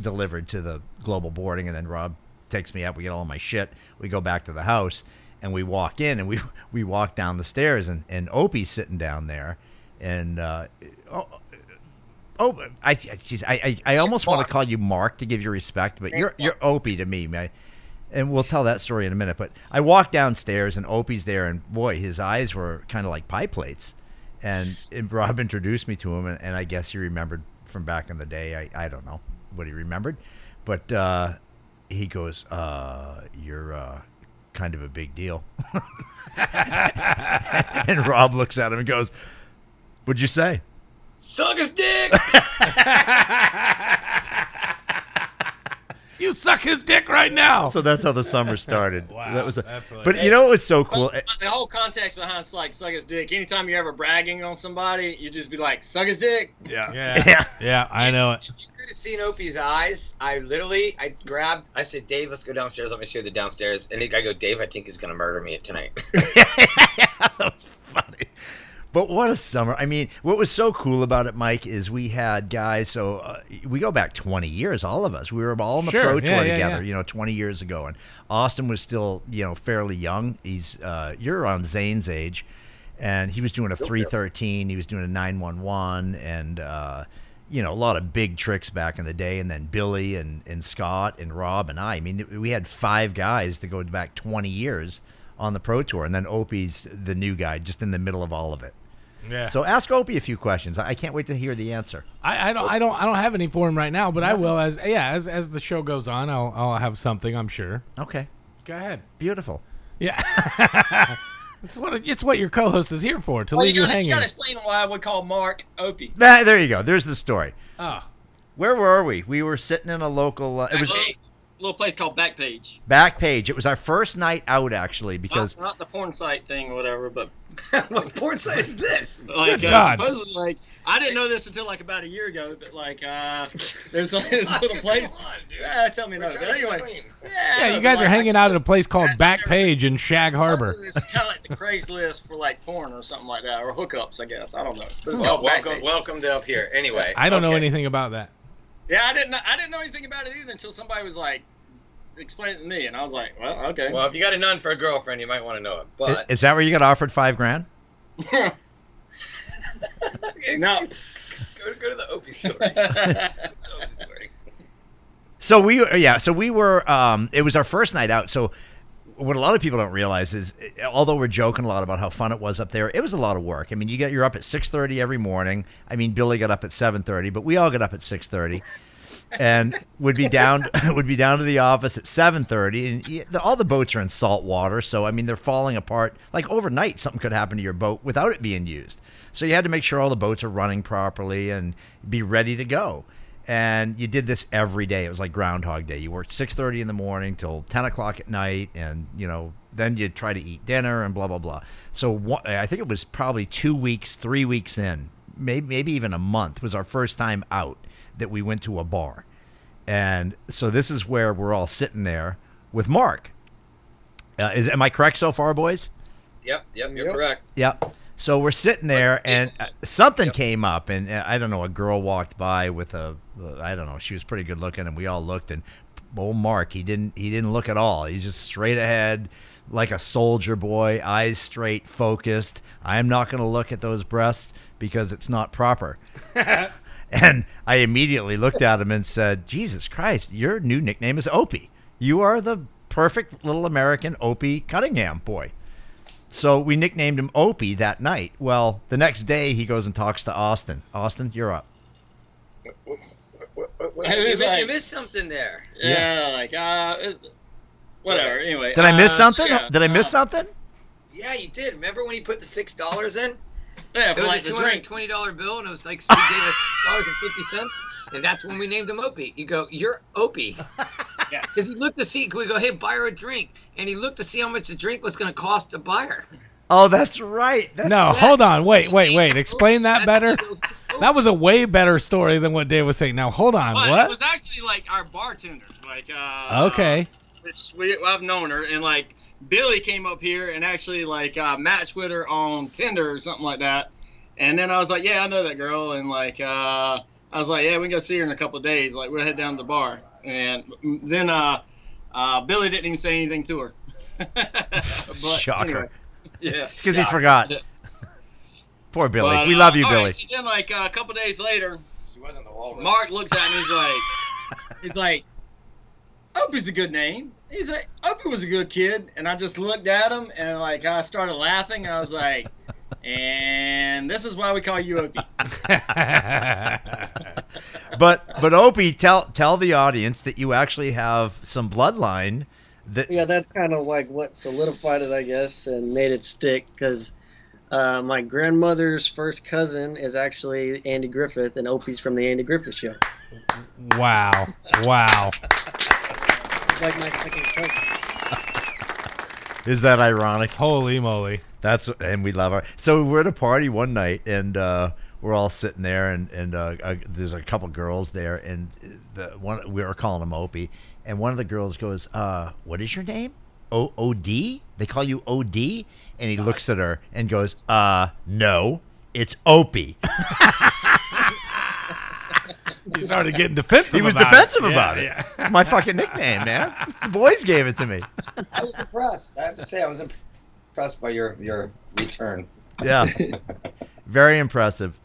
delivered to the global boarding and then Rob takes me up. We get all my shit. We go back to the house and we walk in and we, [laughs] we walk down the stairs and, and Opie's sitting down there and, uh, oh, Oh, I, I- geez, I, I, I almost want to call you Mark to give you respect, but you're you're Opie to me, man. And we'll tell that story in a minute. But I walked downstairs and Opie's there, and boy, his eyes were kind of like pie plates. And, and Rob introduced me to him, and, and I guess he remembered from back in the day. I, I don't know what he remembered, but uh, he goes, uh, "You're uh, kind of a big deal." [laughs] and Rob looks at him and goes, "What'd you say?"
Suck his dick.
[laughs]
You suck his dick right now.
So that's how the summer started.
[laughs] Wow,
that was a,
that's really-
but you know it was so cool.
But the whole context behind like suck his dick. Anytime you're ever bragging on somebody, you just be like suck his dick.
yeah.
[laughs] Yeah.
yeah. I know it.
If you could have seen Opie's eyes, I literally, I grabbed, I said, Dave, let's go downstairs. Let me show you the downstairs. And I go, Dave, I think he's gonna murder me [laughs] tonight.
[laughs] that was funny. But what a summer! I mean, what was so cool about it, Mike, is we had guys. So uh, we go back twenty years, all of us. We were all in the
Sure,
pro
yeah,
tour
yeah,
together,
yeah.
you know, twenty years ago. And Austin was still, you know, fairly young. He's uh, you're around Zane's age, and he was doing a three thirteen. He was doing a nine one one, and uh, you know, a lot of big tricks back in the day. And then Billy and and Scott and Rob and I. I mean, we had five guys to go back twenty years on the pro tour, and then Opie's the new guy, just in the middle of all of it.
Yeah.
[laughs] So ask Opie a few questions. I I can't wait to hear the answer.
I, I don't I don't I don't have any for him right now, but I will as yeah as as the show goes on. I'll I'll have something. I'm sure.
Okay,
Go ahead.
beautiful.
Yeah. it's what it's what your co-host is here for to
Well, you
leave you,
gotta, you
hanging.
gotta explain why we call Mark Opie.
That, there you go. There's the story.
Oh.
Where were we? We were sitting in a local. Uh, it was
Backpage. little place called Backpage.
back page. It was our first night out actually because
Not, not the porn site thing or whatever, [laughs] but
what porn site is this?
like
Good
uh,
God.
supposedly like I didn't know this until like about a year ago, but like uh, [laughs] there's like, this [laughs] little place. Yeah, tell me another. But anyway, [laughs]
Yeah, you guys are hanging out at a place called Backpage in Shag Harbor.
It's kind of like the Craigslist for like porn or something like that, or hookups, I guess. I don't know. But it's
Oh,
called
welcome,
Backpage.
welcome to up here. Anyway,
I don't know
okay.
anything about that.
Yeah, I didn't. Know, I didn't know anything about it either until somebody was like, "Explain it to me," and I was like, "Well, okay."
Well, if you got a nun for a girlfriend, you might want to know it.
I-
But
is that where you got offered five grand?
[laughs] no, [laughs]
go, go to the Opie story. Go to the Opie story.
So we yeah, so we were um it was our first night out. So what a lot of people don't realize is eh, although we're joking a lot about how fun it was up there, it was a lot of work. I mean, you get you're up at 6:30 every morning. I mean, Billy got up at 7:30, but we all got up at 6:30. And would be down [laughs] would be down to the office at seven thirty, and y- the, all the boats are in salt water, so I mean they're falling apart. Like overnight, something could happen to your boat without it being used. So you had to make sure all the boats are running properly and be ready to go and you did this every day. It was like Groundhog Day. You worked six thirty in the morning till ten o'clock at night, and you know then you try to eat dinner and blah blah blah. So one, I think it was probably two weeks, three weeks in, maybe maybe even a month was our first time out that we went to a bar, and so this is where we're all sitting there with Mark. Uh, is am I correct so far, boys?
Yep, yep, you're
Yep.
correct.
Yep. So we're sitting there, and uh, something came up, and uh, I don't know. A girl walked by with a, uh, I don't know. She was pretty good looking, and we all looked, and old Mark. He didn't he didn't look at all. He's just straight ahead, like a soldier boy, eyes straight, focused. I'm not going to look at those breasts because it's not proper. and I immediately looked at him and said, "Jesus Christ, your new nickname is Opie. You are the perfect little American Opie Cunningham boy." So we nicknamed him Opie that night. Well, the next day he goes and talks to Austin. Austin, you're up.
[laughs] You
was
missed-
like-
you missed something there.
Yeah, like uh, it- whatever. Anyway,
Did I miss
uh,
something?
yeah.
Did I miss something?
Yeah, you did. Remember when he put the six dollars in?
Yeah,
It
for
was
like
a
the
two hundred and
drink.
twenty dollar bill, and it was like she gave us dollars and fifty cents, and that's when we named him Opie. You go, you're [laughs] Opie,
Yeah.
because he looked to see. We go, hey, buy her a drink, and he looked to see how much the drink was going to cost to buy her.
Oh, that's right. That's
no,
Yes,
hold on.
that's
Wait,
what he
wait, wait.
named
Explain
Opie.
that
That's
better.
what he goes, "This is Opie."
That was a way better story than what Dave was saying. Now, hold on.
But It
What?
was actually like our bartender. Like uh,
Okay.
which we I've known her, and like Billy came up here and actually like uh, matched with her on Tinder or something like that. And then I was like, yeah, I know that girl, and like uh, I was like, yeah, we can go see her in a couple of days. Like we'll head down to the bar, and then uh, uh, Billy didn't even say anything to her. [laughs] But
Shocker.
anyway,
[laughs]
yeah.
Because he forgot.
Yeah.
Poor Billy.
But,
we
uh,
love you,
all
Billy.
right, so then, like a couple days later,
She wasn't the walrus.
Mark looks at me. He's like, he's like, Opie's a good name. He's like, Opie was a good kid. And I just looked at him and like I started laughing. I was like, and this is why we call you Opie.
but but Opie, tell tell the audience that you actually have some bloodline that
yeah, that's kind of like what solidified it, I guess, and made it stick. Because uh, my grandmother's first cousin is actually Andy Griffith, and Opie's from the Andy Griffith Show.
[laughs] wow. Wow.
It's like my second cousin.
is that ironic.
Holy moly.
That's and we love our. So we're at a party one night, and uh, we're all sitting there, and and uh, uh, there's a couple girls there, and the one we were calling him Opie, and one of the girls goes, uh, "What is your name? O O D? They call you O D?" And he looks at her and goes, "Uh, no, it's
[laughs]
Opie."
He started getting defensive.
he was
about
defensive
it. Yeah,
about it.
yeah.
It's my fucking nickname, man. The boys gave it to me.
I was impressed. I have to say, I was impressed by your your return.
Yeah. Very impressive.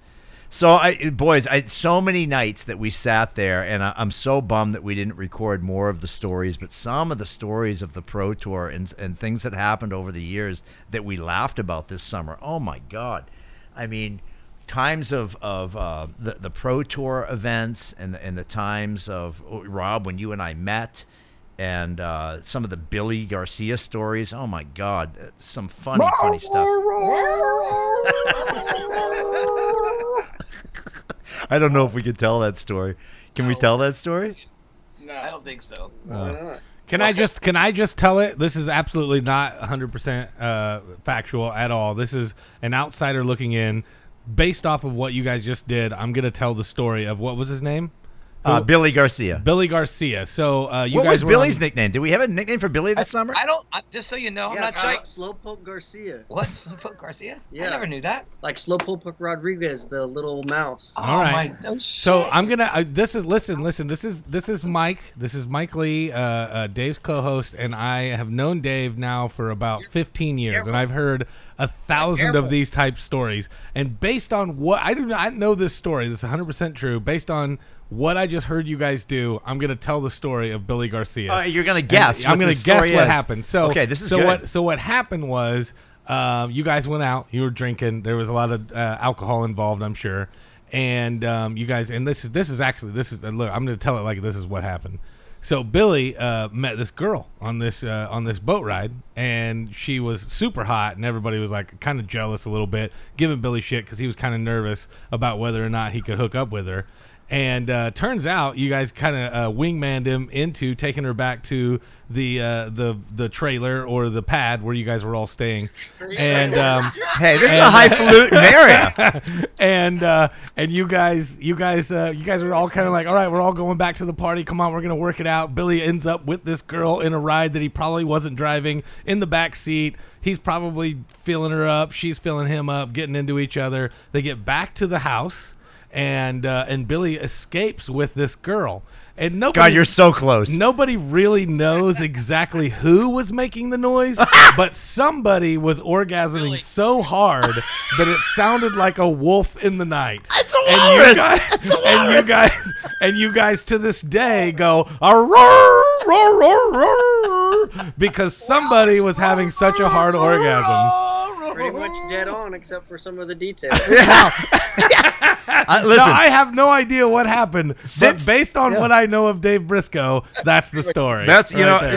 So I boys, I so many nights that we sat there and I, I'm so bummed that we didn't record more of the stories, but some of the stories of the pro tour and and things that happened over the years that we laughed about this summer. Oh my god. I mean, times of of uh, the the pro tour events and the, and the times of oh, Rob when you and I met and uh, some of the Billy Garcia stories. Oh my god, some funny funny stuff. I don't know if we can tell that story. Can we tell that story?
No,
I don't think so.
Can I just can I just tell it? This is absolutely not 100% uh, factual at all. This is an outsider looking in. Based off of what you guys just did, I'm gonna tell the story of what was his name,
Uh, Billy Garcia.
Billy Garcia. So uh, you
what
guys
was
were on-
Billy's nickname? Did we have a nickname for Billy this summer?
I don't. I, just so you know, I'm
Yeah,
not
Slow-
psyched.
Slowpoke Garcia,
What? Slowpoke Garcia?
Yeah.
I never knew that.
like Slowpoke Rodriguez, the little mouse.
Oh
All right.
my! Oh,
So
shit.
I'm gonna. I, this is listen, listen. This is this is Mike. This is Mike Lee, uh, uh, Dave's co-host, and I have known Dave now for about 15 years, and I've heard a thousand of these type stories. And based on what I do, not know this story. This is 100 percent true. Based on what I just heard you guys do, I'm gonna tell the story of Billy Garcia.
Uh, you're gonna guess.
I'm
what
gonna
this
guess
story
what
is.
happened. So
okay, this is
so
good.
what so what happened was um, you guys went out. You were drinking. There was a lot of uh, alcohol involved, I'm sure. And um, you guys and this is this is actually this is uh, look. I'm gonna tell it like this is what happened. So Billy uh, met this girl on this uh, on this boat ride, and she was super hot, and everybody was like kind of jealous a little bit, giving Billy shit because he was kind of nervous about whether or not he could hook up with her. And uh, turns out you guys kind of uh, wingmanned him into taking her back to the uh, the the trailer or the pad where you guys were all staying, and um,
hey, this is a highfalutin
[laughs]
area.
and uh, and you guys you guys uh, you guys were all kind of like, all right, we're all going back to the party. Come on, we're gonna work it out. Billy ends up with this girl in a ride that he probably wasn't driving in the back seat. He's probably feeling her up. She's feeling him up. Getting into each other. They get back to the house and uh, and Billy escapes with this girl. and nobody.
God, you're so close.
Nobody really knows exactly who was making
[laughs]
the noise, but somebody was orgasming
Really?
so hard that it sounded like a wolf in the night.
It's a
And you, guys, [laughs] and you guys, and you guys, to this day, go "Arrrrrr, roar, roar, roar," because somebody was having such a hard orgasm.
Oh.
Pretty much dead on, except for some of the details.
Uh, listen,
Now, I have no idea what happened,
Since-
but based on what I know of Dave Briscoe, that's the story.
that's you
right
know,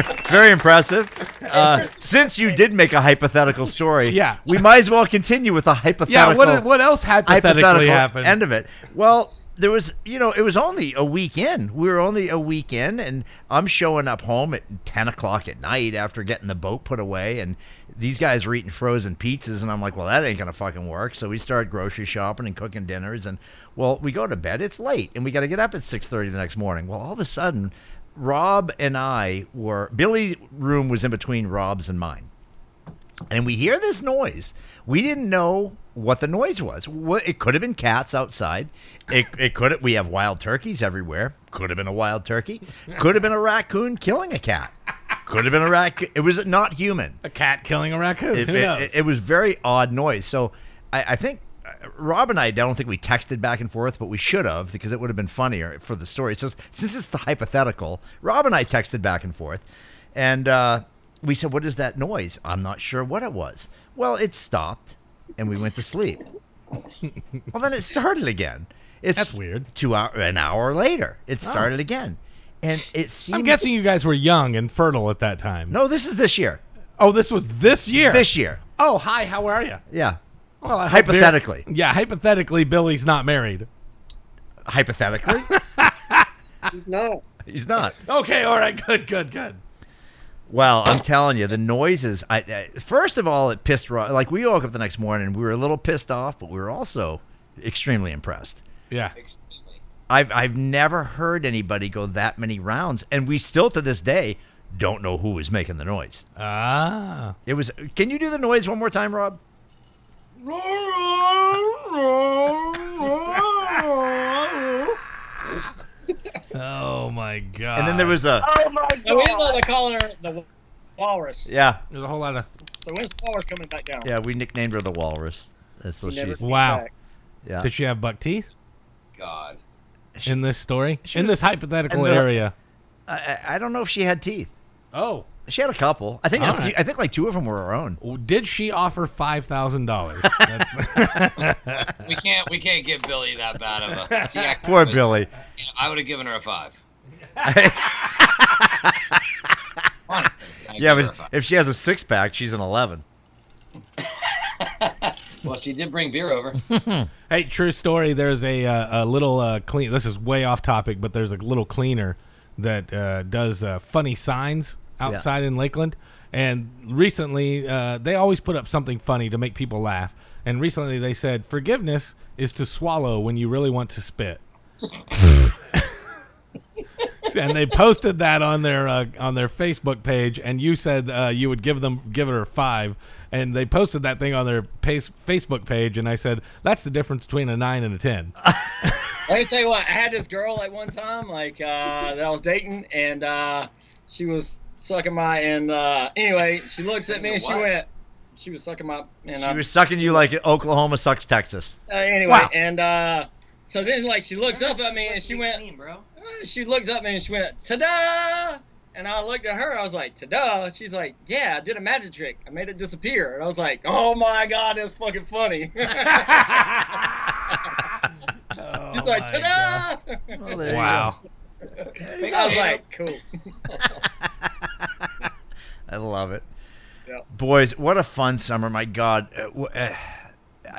[laughs]
there.
very
[laughs]
impressive. Uh, since you did make a hypothetical story,
Yeah.
we might as well continue with a hypothetical.
yeah. What what else hypothetically
hypothetical
happened?
end of it. Well, there was, you know, it was only a weekend. We were only a weekend, and I'm showing up home at 10 o'clock at night after getting the boat put away, and these guys are eating frozen pizzas, and I'm like, well, that ain't gonna fucking work. So we start grocery shopping and cooking dinners, and well, we go to bed. It's late, and we got to get up at 6:30 the next morning. Well, all of a sudden, Rob and I were Billy's room was in between Rob's and mine and we hear this noise. We didn't know what the noise was. What, it could have been cats outside. It, it could have, we have wild turkeys everywhere. Could have been a wild turkey. Could have been a raccoon killing a cat. Could have been a raccoon. It was not human.
a cat killing a raccoon.
It,
Who
it-
knows?
it- it was very odd noise. So I, I think uh, Rob and I don't think we texted back and forth, but we should have because it would have been funnier for the story. So since it's the hypothetical, Rob and I texted back and forth, and uh, we said, "What is that noise?" I'm not sure what it was. Well, it stopped, and we went to sleep. [laughs] well, then it started again. It's
That's weird. Oh.
Two hour, an hour later, it started again, and it seemed.
I'm guessing you guys were young and fertile at that time.
No, this is this year.
Oh, this was this year.
This year.
Oh, hi. How are you?
Yeah.
Well, I hope Bill-
Hypothetically.
yeah, hypothetically, Billy's not married.
Hypothetically.
He's not.
He's not.
Okay, all right, good, good, good.
Well, I'm telling you, the noises. I, I first of all, it pissed Rob. Like we woke up the next morning, we were a little pissed off, but we were also extremely impressed.
Yeah,
I've I've never heard anybody go that many rounds, and we still to this day don't know who was making the noise.
ah,
It was. Can you do the noise one more time, Rob?
oh my god.
And then there was a
No, we didn't know they call her the walrus.
yeah
there's a whole lot of
So when's the walrus coming back down?
yeah. We nicknamed her the Walrus. That's so she
Never
wow.
back.
yeah.
Did she have buck teeth
God.
in this story?
She
In
was-
this hypothetical
in the- [laughs]
area?
I, I- I don't know if she had teeth.
Oh,
She had a couple. I think a
All
few-
right.
I think like two of them were her own.
did she offer five thousand dollars?
[laughs]
We can't we can't give Billy that bad
[laughs]
of a she actually
Poor
was-
Billy.
you know, I would have given her
[laughs]
a five. Honestly, I'd
Yeah,
give her a
but
five.
if she has a six pack, she's an eleven.
well, she did bring beer over.
Hey, true story. There's a uh, a little uh, clean. This is way off topic, but there's a little cleaner that uh, does uh, funny signs outside in Lakeland. And recently, uh, they always put up something funny to make people laugh. And recently, they said forgiveness is to swallow when you really want to spit. [laughs] and they posted that on their uh, on their Facebook page, and you said uh, you would give them give her five, and they posted that thing on their pace, Facebook page, and I said that's the difference between a nine and a ten.
Let me tell you what, I had this girl at one time, like uh, that I was dating, and uh, she was sucking my. And uh, anyway, she looks at me and she went, she was sucking my. And I,
She was sucking you like Oklahoma sucks Texas.
uh, anyway,
Wow.
and uh, so then like she looks up at me and she went, uh,
bro.
she looks up at me and she went, ta-da! And I looked at her, I was like, ta-da! She's like, yeah, I did a magic trick. I made it disappear. And I was like, oh my god, that's fucking funny. [laughs] [laughs]
Oh
She's like, ta-da!
Wow.
[laughs] I was like, cool.
I love it.
Yep.
Boys, what a fun summer! My God, Uh, w- uh,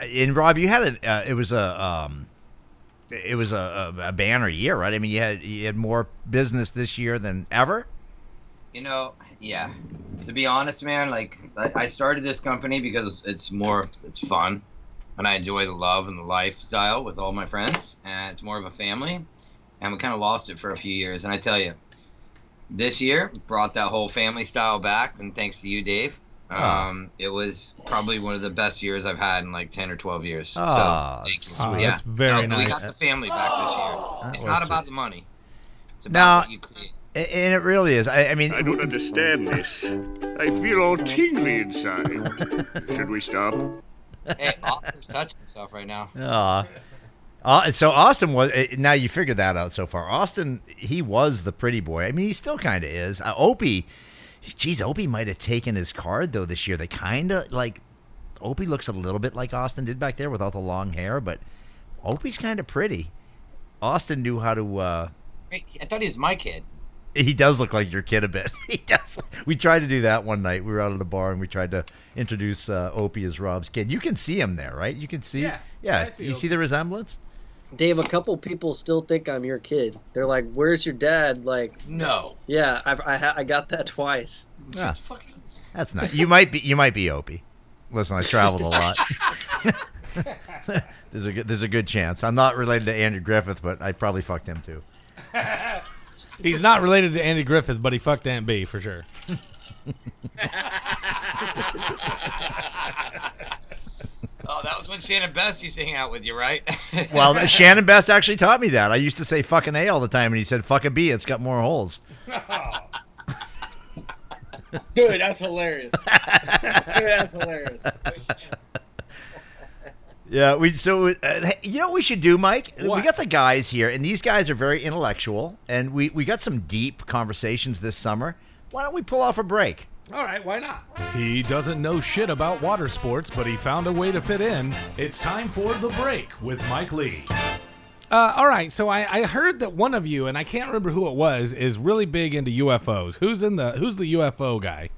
and Rob, you had a uh, it was a um, it was a, a, a banner year, right? I mean, you had you had more business this year than ever.
You know, yeah. To be honest, man, like I I started this company because it's more, it's fun, and I enjoy the love and the lifestyle with all my friends, and it's more of a family. And we kind of lost it for a few years, and I tell you, this year brought that whole family style back, and thanks to you, Dave. Um, It was probably one of the best years I've had in like 10 or 12 years.
Ah,
so, thank you.
sweet.
Oh,
yeah.
that's very
No, We got the
nice.
family back this year. It's
was
not
sweet.
about the money. It's
Now-
about what you create.
A- And it really is. I, I mean,
I don't understand this. I feel all tingly inside. Should we stop?
Hey, Austin's touching himself right now.
Aw. Uh, so Austin was. eh, Now you figured that out so far. Austin, he was the pretty boy. I mean, he still kind of is. Uh, Opie, geez, Opie might have taken his card though this year. They kind of like Opie looks a little bit like Austin did back there with all the long hair, but Opie's kind of pretty. Austin knew how to. Uh,
Wait, I thought he was my kid.
he does look like your kid a bit. [laughs] He does. We tried to do that one night. We were out at the bar and we tried to introduce uh, Opie as Rob's kid. You can see him there, right? You can see.
Yeah.
Yeah.
I see
you see
Opie.
the resemblance?
Dave, a couple people still think I'm your kid. They're like, "Where's your dad?" Like,
No.
yeah, I've, I ha- I got that [laughs] twice.
Yeah.
It's fucking.
That's not. You might be. You might be Opie. Listen, I traveled a lot. [laughs] there's a good, there's a good chance. I'm not related to Andrew Griffith, but I probably fucked him too.
He's not related to Andy Griffith, but he fucked Aunt B for sure.
Oh, that was when Shannon Best used to hang out with you, right?
[laughs]
Well, Shannon Best actually taught me that. I used to say fucking A all the time, and he said fuck a B. It's got more holes.
Dude, that's hilarious. Dude, that's hilarious.
Yeah, we so uh, hey, you know what we should do, Mike. We
What?
got the guys here, and these guys are very intellectual, and we we got some deep conversations this summer. Why don't we pull off a break?
All right, why not? He doesn't know shit about water sports, but he found a way to fit in. It's time for The Break with Mike Lee. Uh, all right, so I, I heard that one of you, and I can't remember who it was, is really big into UFOs. Who's in the Who's the UFO guy?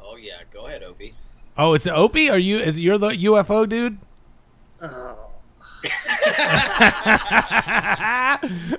Oh yeah, go ahead, Opie.
Oh, it's Opie. Are you? Is you're the UFO dude?
Oh.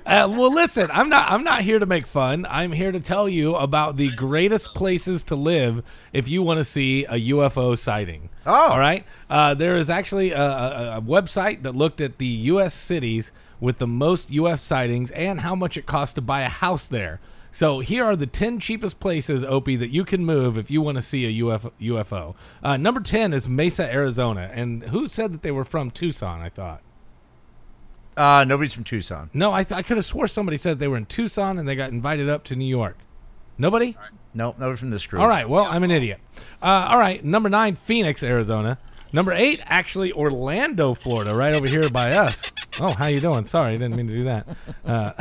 uh, well, listen, I'm not. I'm not here to make fun. I'm here to tell you about the greatest places to live if you want to see a UFO sighting.
Oh.
all right. Uh, there is actually a, a, a website that looked at the U.S. cities with the most UFO sightings and how much it costs to buy a house there. So here are the 10 cheapest places, Opie, that you can move if you want to see a UFO. UFO. Uh, number 10 is Mesa, Arizona. And who said that they were from Tucson, I thought?
Uh, nobody's from Tucson.
No, I, th- I could have swore somebody said they were in Tucson and they got invited up to New York. Nobody?
No, nobody from this group.
All right. Well, I'm an idiot. Uh, all right. Number nine, Phoenix, Arizona. Number eight, actually Orlando, Florida, right over here by us. Oh, how you doing? Sorry, I didn't mean to do that. Uh,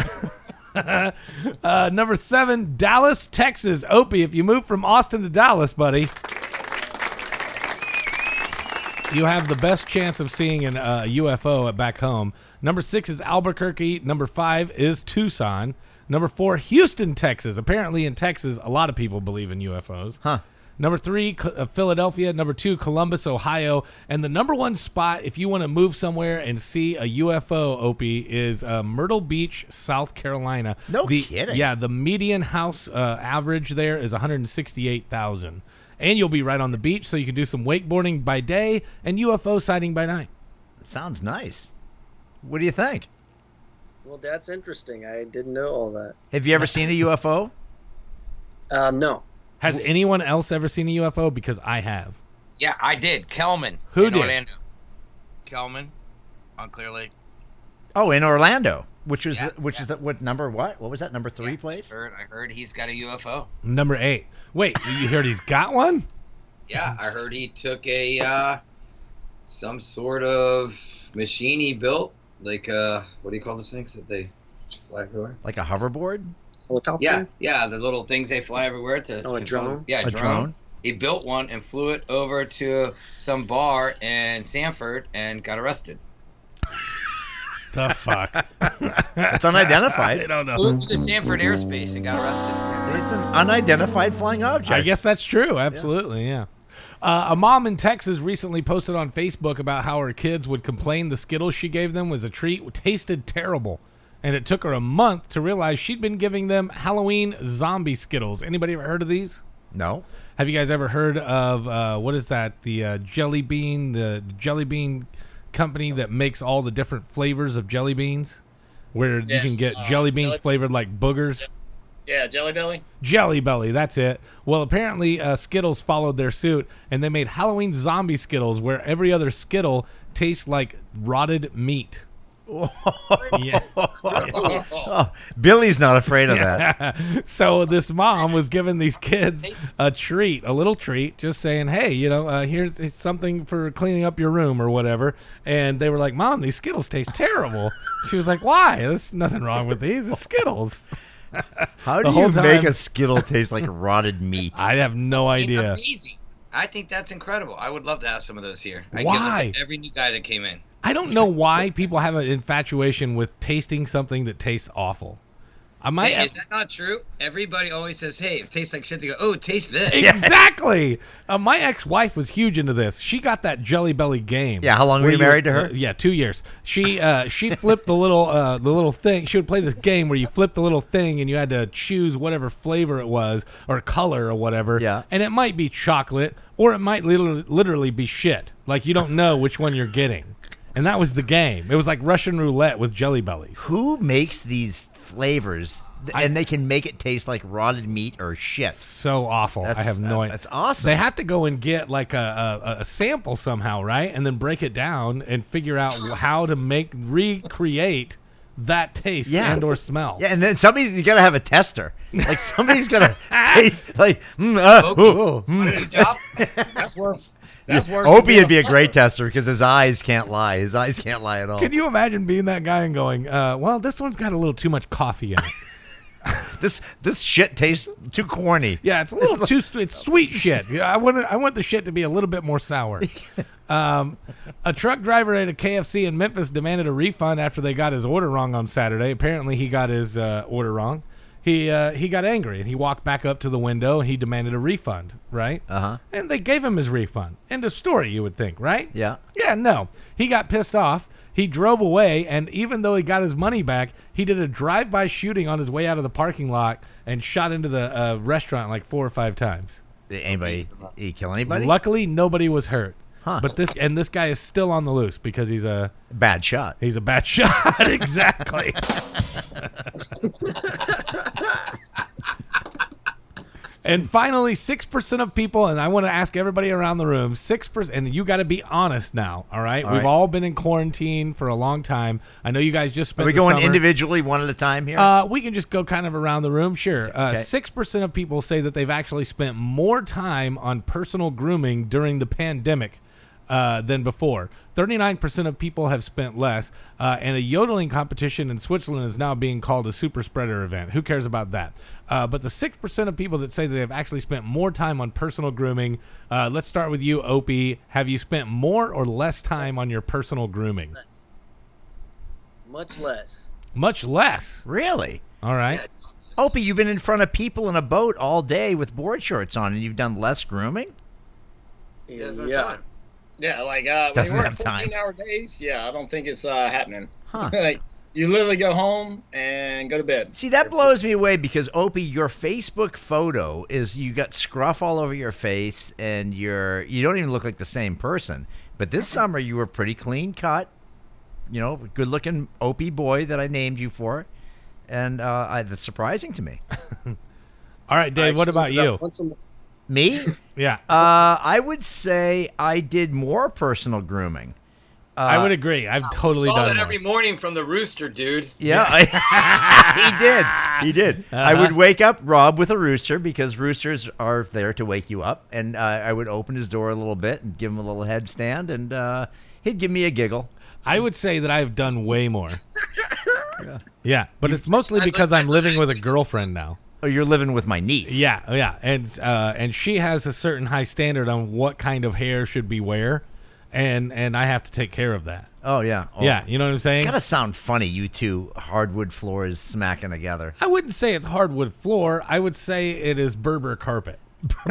[laughs] uh, number seven, Dallas, Texas. Opie, if you move from Austin to Dallas, buddy, you have the best chance of seeing an uh, UFO at back home. Number six is Albuquerque. Number five is Tucson. Number four, Houston, Texas. Apparently, in Texas, a lot of people believe in UFOs.
Huh.
Number three, Cl- uh, Philadelphia. Number two, Columbus, Ohio. And the number one spot, if you want to move somewhere and see a UFO, Opie, is uh, Myrtle Beach, South Carolina.
No
The-
kidding.
Yeah, the median house uh, average there is 168,000. And you'll be right on the beach, so you can do some wakeboarding by day and UFO sighting by night.
Sounds nice. What do you think?
Well, that's interesting. I didn't know all that.
Have you ever seen a UFO?
Uh, no.
Has anyone else ever seen a UFO? Because I have.
yeah, I did. Kelman.
Who
in
did?
Orlando. Kelman on Clear Lake.
Oh, in Orlando, which was
Yeah,
which
yeah.
is that what number what? What was that number three place?
I heard, I heard he's got a UFO.
Number eight. Wait, you heard he's got one?
Yeah, I heard he took a uh, some sort of machine he built, like uh, what do you call those things that they fly everywhere?
Like a hoverboard?
Helicopter?
Yeah, yeah, the little things they fly everywhere. To
Oh, a
to-
drone?
Yeah,
a drone?
He built one and flew it over to some bar in Sanford and got arrested.
The fuck.
It's unidentified.
[laughs] I don't know.
Flew to the Sanford airspace and got arrested.
It's an unidentified flying object.
I guess that's true. Absolutely, yeah. Uh, a mom in Texas recently posted on Facebook about how her kids would complain the Skittles she gave them was a treat tasted terrible, and it took her a month to realize she'd been giving them Halloween zombie Skittles. Anybody ever heard of these?
No. [laughs]
Have you guys ever heard of uh, what is that? The uh, jelly bean, the jelly bean company that makes all the different flavors of jelly beans, where you
Yeah,
can get
uh,
jelly beans
jelly-
flavored like boogers.
Yeah, Jelly Belly.
Jelly Belly, that's it. Well, apparently uh, Skittles followed their suit, and they made Halloween zombie Skittles, where every other Skittle tastes like rotted meat. [laughs] [laughs] Yeah.
Oh, [laughs] Billy's not afraid of that.
so this mom was giving these kids a treat, a little treat, just saying, "Hey, you know, uh, here's it's something for cleaning up your room or whatever." And they were like, "Mom, these Skittles taste terrible." she was like, "Why? There's nothing wrong with these. It's Skittles."
How
The
do
whole
you make
time-
a Skittle taste like rotted meat?
[laughs] I have no idea.
Amazing. I think that's incredible. I would love to have some of those here. I
Why?
give them to every new guy that came in.
I don't know why people have an infatuation with tasting something that tastes awful. Uh, I might
Hey, is that not true? Everybody always says, "Hey, it tastes like shit." They go, "Oh, taste this."
[laughs] Exactly. Uh, my ex-wife was huge into this. She got that Jelly Belly game.
Yeah, how long were
Where
you married to her?
uh, yeah, two years. She uh, she flipped the little uh, the little thing. She would play this game where you flipped the little thing and you had to choose whatever flavor it was or color or whatever.
Yeah.
And it might be chocolate or it might literally, literally be shit. Like you don't know which one you're getting. And that was the game. It was like Russian roulette with Jelly Bellies.
Who makes these flavors th- and they can make it taste like rotted meat or shit?
so awful. I
That's-
have no
uh,
idea.
that's awesome.
They have to go and get like a, a, a sample somehow, right? And then break it down and figure out how to make recreate that taste
Yeah.
and or smell.
Yeah, and then somebody's you gotta have a tester. Like somebody's
[laughs]
gonna taste like mm, uh, ooh, mm.
Good job.
That's worse. That's worse. than
Opie
being
would be a great
plumber.
tester because his eyes can't lie. His eyes can't lie at all.
Can you imagine being that guy and going, uh, "Well, this one's got a little too much coffee in it.
This this shit tastes too corny.
Yeah, it's a little too sweet. It's sweet shit. Yeah, I want I want the shit to be a little bit
[laughs]
more sour." Um, a truck driver at a KFC in Memphis demanded a refund after they got his order wrong on Saturday. Apparently, he got his uh, order wrong. He uh, he got angry and he walked back up to the window and he demanded a refund. Right. Uh
Uh-huh.
And they gave him his refund. End of story. You would think, right?
Yeah.
Yeah. No. He got pissed off. He drove away, and even though he got his money back, he did a drive-by shooting on his way out of the parking lot and shot into the uh, restaurant like four or five times.
Did anybody he kill anybody?
Luckily, nobody was hurt.
Huh.
But this and this guy is still on the loose because he's a
Bad shot.
he's a bad [laughs] shot. exactly. and finally, six percent of people, and I want to ask everybody around the room, six percent, and you got to be honest now. All right,
All
we've
right.
all been in quarantine for a long time. I know you guys just spent.
Are we
the
going
summer-
individually one at a time here?
Uh, we can just go kind of around the room. Sure. Uh,
Okay.
Six percent of people say that they've actually spent more time on personal grooming during the pandemic uh, than before. Thirty-nine percent of people have spent less. Uh, and a yodeling competition in Switzerland is now being called a super spreader event. Who cares about that? Uh, but the six percent of people that say that they've actually spent more time on personal grooming. Uh, let's start with you, Opie. Have you spent more or less time on your personal grooming?
Less. Much less.
Much less.
really?
All right.
Opie, you've been in front of people in a boat all day with board shorts on, and you've done less grooming.
There's no
yeah.
time.
Yeah, like uh, when
Doesn't
you work
have time.
14 hour days. Yeah, I don't think it's uh, happening.
Huh.
[laughs] like you literally go home and go to bed.
See, that blows me away because Opie, your Facebook photo is you got scruff all over your face, and you're you don't even look like the same person. But this summer, you were pretty clean cut, you know, good looking Opie boy that I named you for, and uh, I, that's surprising to me.
All right, Dave.
I
What
shave
about
it up
you?
Once a month.
Me,
Yeah.
uh, I would say I did more personal grooming. Uh,
I would agree. I've totally
Saw
done
that
that.
every morning from the rooster, dude.
Yeah, I- [laughs] he did. He did. I would
Uh-huh.
wake up Rob with a rooster because roosters are there to wake you up, and uh, I would open his door a little bit and give him a little headstand, and uh, he'd give me a giggle.
I would say that I've done
[laughs]
way more. yeah, but it's mostly because I'm living
[laughs]
with a girlfriend now.
Oh, you're living with my niece.
Yeah, yeah, and uh, and she has a certain high standard on what kind of hair should be where, and and I have to take care of that.
Oh yeah. Oh.
Yeah, you know what I'm saying.
It's gotta sound funny, you two hardwood floors smacking together.
I wouldn't say it's hardwood floor. I would say it is Berber carpet.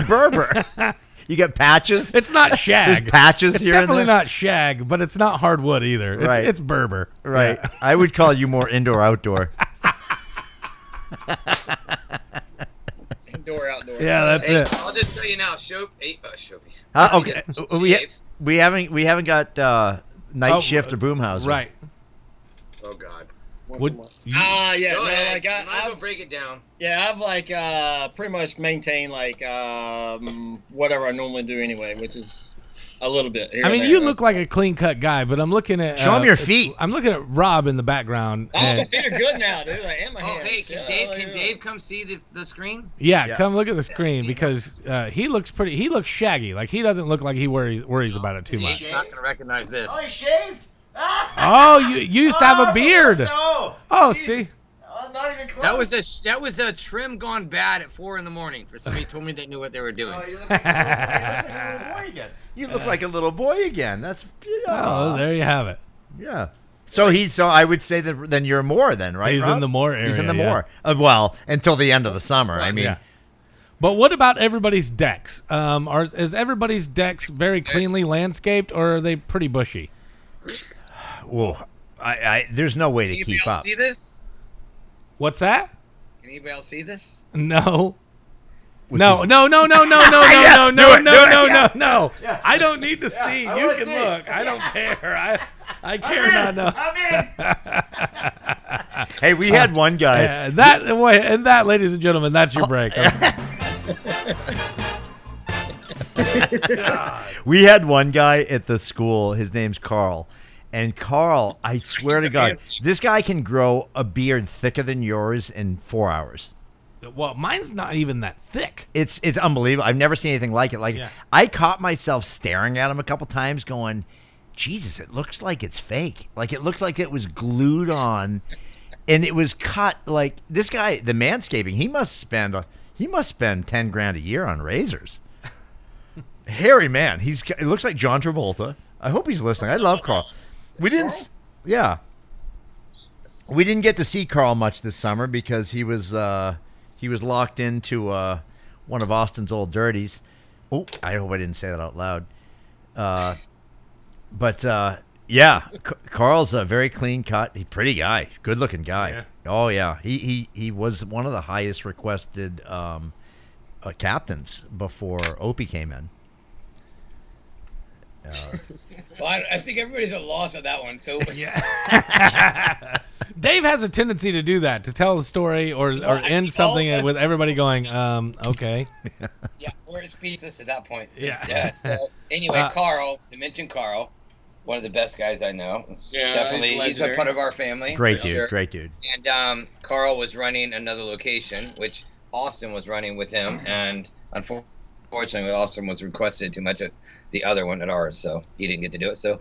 Berber.
[laughs]
you got patches. [laughs]
It's not shag.
There's patches
it's
here and
Definitely
there.
not shag, but it's not hardwood either. It's,
Right.
it's Berber.
Right. I would call you more indoor outdoor.
Indoor, outdoor.
Yeah, that's
hey,
it.
so I'll just tell you now, Shope, eight, uh, Shope.
Uh, okay.
Dave.
we, we haven't we haven't got uh, night
Oh,
shift or boomhauser.
Right.
Oh God.
once
Would
a month. Uh,
you-
Ah, yeah,
Go
no,
ahead.
like I,
Might as
I've
well break it down.
Yeah, I've like uh, pretty much maintained like um, whatever I normally do anyway, which is a little bit. Here
I
and
mean,
there.
you look like a clean cut guy, but I'm looking at
Show
uh,
him your feet.
I'm looking at Rob in the background.
Oh, my
and-
feet are good now, dude. Like, and my
Oh,
hands.
hey, can
Yeah,
Dave?
oh,
Can
yeah.
Dave come see the, the screen?
yeah,
Yeah.
come look at the screen because uh, he looks pretty. He looks shaggy. Like he doesn't look like he worries worries about it too much.
He's not gonna recognize this.
Oh, he shaved.
Oh, you, you used to have a beard.
No.
Oh,
Jeez.
see,
Oh, not even close.
That was a sh- that was a trim gone bad at four in the morning. For somebody told me they knew what they were doing.
Oh, [laughs] you look like a little, boy. He looks like a little boy again. You look like a little boy again. That's
oh, there you have it.
yeah. So he's so I would say that then you're more then right?
He's in
Rob?
the more
He's in the
area, yeah.
more. Uh, well, until the end of the summer. I mean,
yeah. But what about everybody's decks? Um, are is everybody's decks very cleanly landscaped, or are they pretty bushy?
well, I, I there's no way to
Can anybody
keep
else
up.
see this?
What's that? [laughs]
Can anybody else see this?
No.
Which
no,
is-
no, no,
[laughs]
no, no, no, no,
Yeah,
no,
do
no,
it, do
no,
it,
no,
yeah.
no, no.
Yeah.
I don't need to see.
I
you
wanna
can
see.
look.
[laughs]
I don't care. I, I care
I'm in. [laughs]
not. No.
I'm in. hey, we had one guy.
[laughs]
[laughs]
Yeah, that wait, and that, ladies and gentlemen, that's
Oh,
your break.
We had one guy at the school. His name's Carl. And Carl, I swear to God, this guy can grow a beard thicker than yours in four hours.
[laughs] well, mine's not even that thick. [laughs]
It's it's unbelievable. I've never seen anything like it. Like
Yeah.
I caught myself staring at him a couple times, going, "Jesus, it looks like it's fake. Like it looks like it was glued on, and it was cut. Like this guy, the manscaping, he must spend a, he must spend ten grand a year on razors. Hairy man. He's it looks like John Travolta. I hope he's listening. I love Carl. We didn't. s- Yeah, we didn't get to see Carl much this summer because he was uh, he was locked into uh, one of Austin's old dirties. Oh, I hope I didn't say that out loud. Uh, but uh, yeah, C- Carl's a very clean cut, he pretty guy, good looking guy.
Yeah.
Oh yeah, he, he he was one of the highest requested um, uh, captains before Opie came in.
Well, I, I think everybody's at loss on that
[laughs]
one. So [laughs]
Dave has a tendency to do that to tell a story or or
Well, I
end
think
something
all of us-
with everybody going, um, okay.
yeah, we're speechless at that [laughs] point.
[laughs] Yeah.
Yeah. So anyway,
Uh,
Carl, to mention Carl, one of the best guys I know.
Yeah, he's
definitely, he's a
legendary.
part of our family.
Great
for
dude,
sure.
great dude.
And um, Carl was running another location, which Austin was running with him, and unfortunately, Austin was requested too much at the other one at ours, so he didn't get to do it. So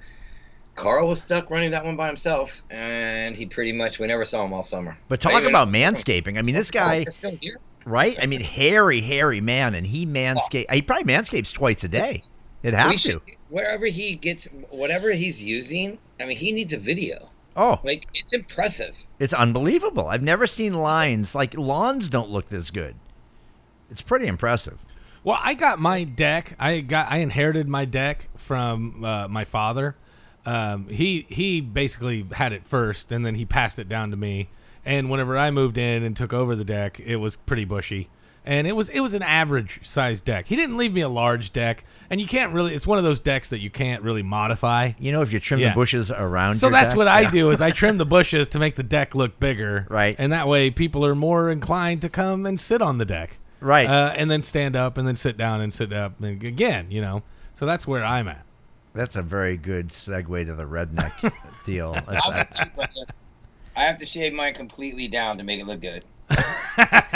Carl was stuck running that one by himself, and he pretty much we never saw him all summer.
But
Not
talk
even-
about manscaping. I mean, this
Oh,
guy.
they're still here?
right? I mean, hairy, hairy man, and he manscape. He probably manscapes twice a day. It
We
has
should-
to.
wherever he gets, whatever he's using, I mean, he needs a video.
Oh,
Like it's impressive.
it's unbelievable. I've never seen lines like lawns don't look this good. It's pretty impressive.
Well, I got my deck. I got I inherited my deck from uh, my father. Um, he he basically had it first, and then he passed it down to me. And whenever I moved in and took over the deck, it was pretty bushy, and it was it was an average sized deck. He didn't leave me a large deck, and you can't really. It's one of those decks that you can't really modify.
You know, if you trim
Yeah.
the bushes around.
So
your
that's
deck-
what I
Yeah.
do is I
[laughs]
trim the bushes to make the deck look bigger,
Right.
And that way people are more inclined to come and sit on the deck,
Right.
Uh, and then stand up and then sit down and sit up and again, you know. So that's where I'm at.
That's a very good segue to the
[laughs]
redneck deal. That's-
I'm with you, brother. I have to shave mine completely down to make it look good.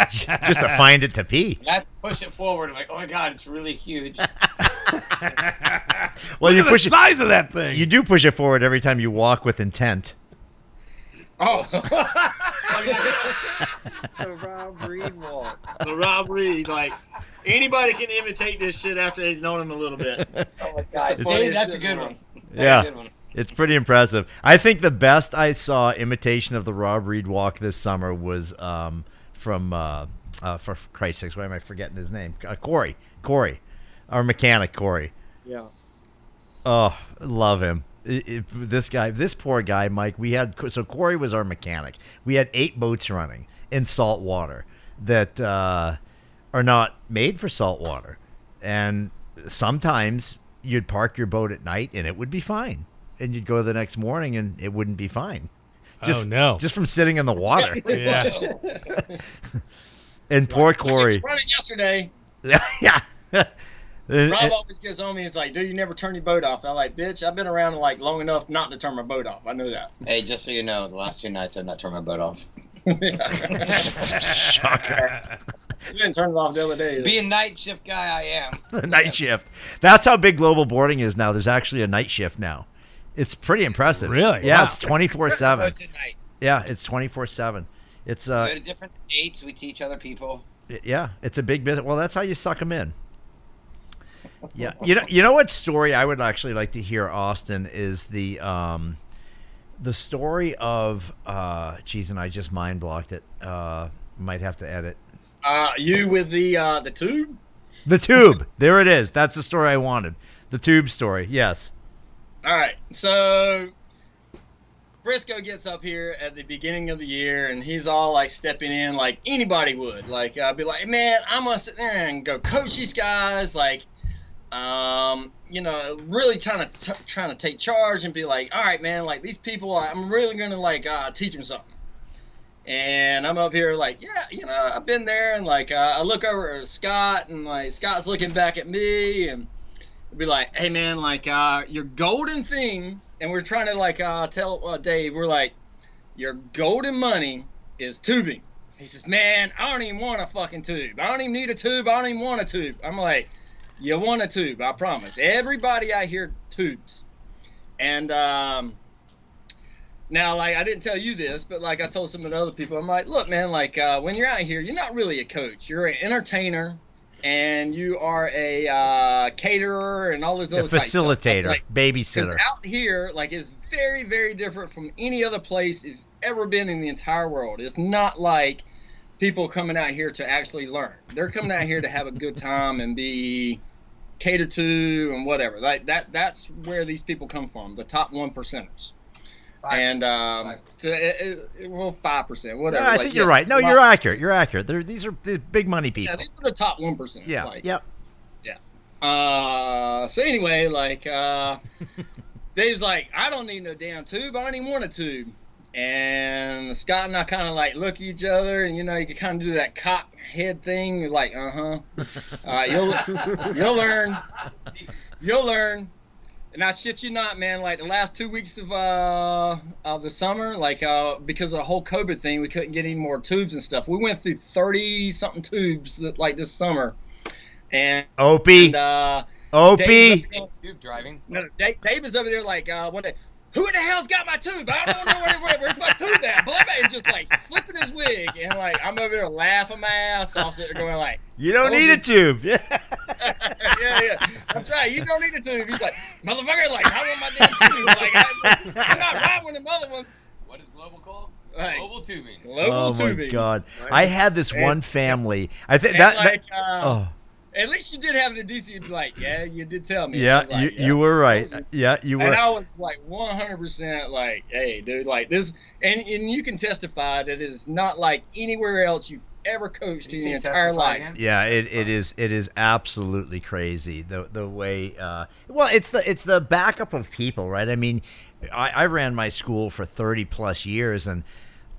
just to find it to pee.
I have to push it forward. I'm like, oh my god, it's
[laughs]
really huge.
Well, you
Look at
push
the
it.
size of that thing.
You do push it forward every time you walk with intent.
oh,
The [laughs] Rob Reed walk.
[laughs] The Rob Reed, like anybody can imitate this shit after they've known him a little bit.
oh my
It's the
god, Dude,
funniest
that's a
shit
good
ever.
one. That's
Yeah.
a good one.
It's pretty impressive. I think the best I saw imitation of the Rob Reed walk this summer was um, from uh, uh, for Christ's sakes, why am I forgetting his name? Uh, Corey, Corey, our mechanic Corey.
Yeah.
Oh, love him. I- I- this guy, this poor guy, Mike. We had so Corey was our mechanic. We had eight boats running in salt water that uh, are not made for salt water, and sometimes you'd park your boat at night and it would be fine, and you'd go the next morning and it wouldn't be fine. Just,
oh no.
Just from sitting in the water. [laughs]
yeah.
and poor Corey.
[laughs]
[laughs]
was running yesterday.
yeah. And-
Rob
and- [laughs]
always gets on me. He's like, "Dude, you never turn your boat off." I'm like, "Bitch, I've been around like long enough not to turn my boat off. I know that."
Hey, just so you know, the last two nights I've not turned my boat off.
Shocker.
You didn't turn it off the other day.
Being night shift guy, I
[laughs]
am.
night shift. That's how big global boarding is now. There's actually a night shift now. It's pretty impressive.
Really?
Yeah,
Wow.
it's 24 7.
Boats at night.
Yeah, it's 24 7. It's
We
uh,
go to different states. We teach other people.
yeah, it's a big business. Well, that's how you suck them in. Yeah, you know, you know what story I would actually like to hear, Austin, is the um, the story of uh, geez, and I just mind blocked it. Uh, might have to edit
Uh, you with the uh, the tube?
the tube. there it is. That's the story I wanted. The tube story. Yes.
All right, so Briscoe gets up here at the beginning of the year, and he's all like stepping in like anybody would. Like I'd be like, man, I'm gonna sit there and go coach these guys. Like, um, you know, really trying to t- trying to take charge and be like, all right, man, like these people, I'm really gonna like uh, teach them something. And I'm up here like, yeah, you know, I've been there, and like uh, I look over at Scott, and like Scott's looking back at me, and be like, hey man, like uh, your golden thing, and we're trying to like uh, tell uh, Dave, we're like, your golden money is tubing. He says, man, I don't even want a fucking tube. I don't even need a tube. I don't even want a tube. I'm like, you want a tube? I promise. Everybody out here tubes. And um, now, like, I didn't tell you this, but like I told some of the other people, I'm like, look, man, like uh, when you're out here, you're not really a coach. You're an entertainer and you are a uh, caterer and all this
A
other type stuff.
facilitator,
Like,
babysitter.
because out here, like, it's very, very different from any other place you've ever been in the entire world. It's not like people coming out here to actually learn. They're coming out here to have a good time and be catered to and whatever. Like that. That's where these people come from. The top one percenters. And um, so it, it- it- well, five percent, whatever.
No, I
Like,
think
yeah,
you're right. No,
a lot-
you're accurate. You're accurate. They're, these are the big money
Yeah,
people.
these are the top one percent.
Yeah.
like,
yep.
uh, so anyway, like uh, Dave's like, I don't need no damn tube. I don't even want a tube. And Scott and I kind of like look at each other, and you know, you can kind of do that cock head thing. You're like, uh huh. All right, you'll you'll learn. You'll learn. And I shit you not, man. Like the last two weeks of uh of the summer, like uh because of the whole COVID thing, we couldn't get any more tubes and stuff. We went through thirty something tubes that, like this summer, and
Opie.
and uh,
Opie.
Dave,
Tube driving.
no, no, Dave, Dave is over there like uh, one day. Who the hell's got my tube? I don't know where, where where's my tube at. Blah blah, and just like flipping his wig, and like I'm over there laughing my ass off, sitting there going like,
you don't
told
need
you.
a tube. [laughs] Yeah.
yeah, yeah, that's right. You don't need a tube. He's like, motherfucker, like I want my damn tube. Like I, I'm not riding with them other ones.
What is global called?
Like
Global tubing.
global
oh my
tubing.
god.
Right.
I had this
And-
one family. I think
And
that.
like,
that-
uh,
oh.
at least you did have the decency to be like, yeah, you did tell me. I
Yeah,
was like,
you, you were right.
told
Yeah, you
And
were.
I was like 100% like, hey, dude, like this. And, and you can testify that it is not like anywhere else you've ever coached in your entire life.
Yeah, it, it is it is absolutely crazy the the way uh, well it's the it's the backup of people right I mean I, I ran my school for thirty plus years and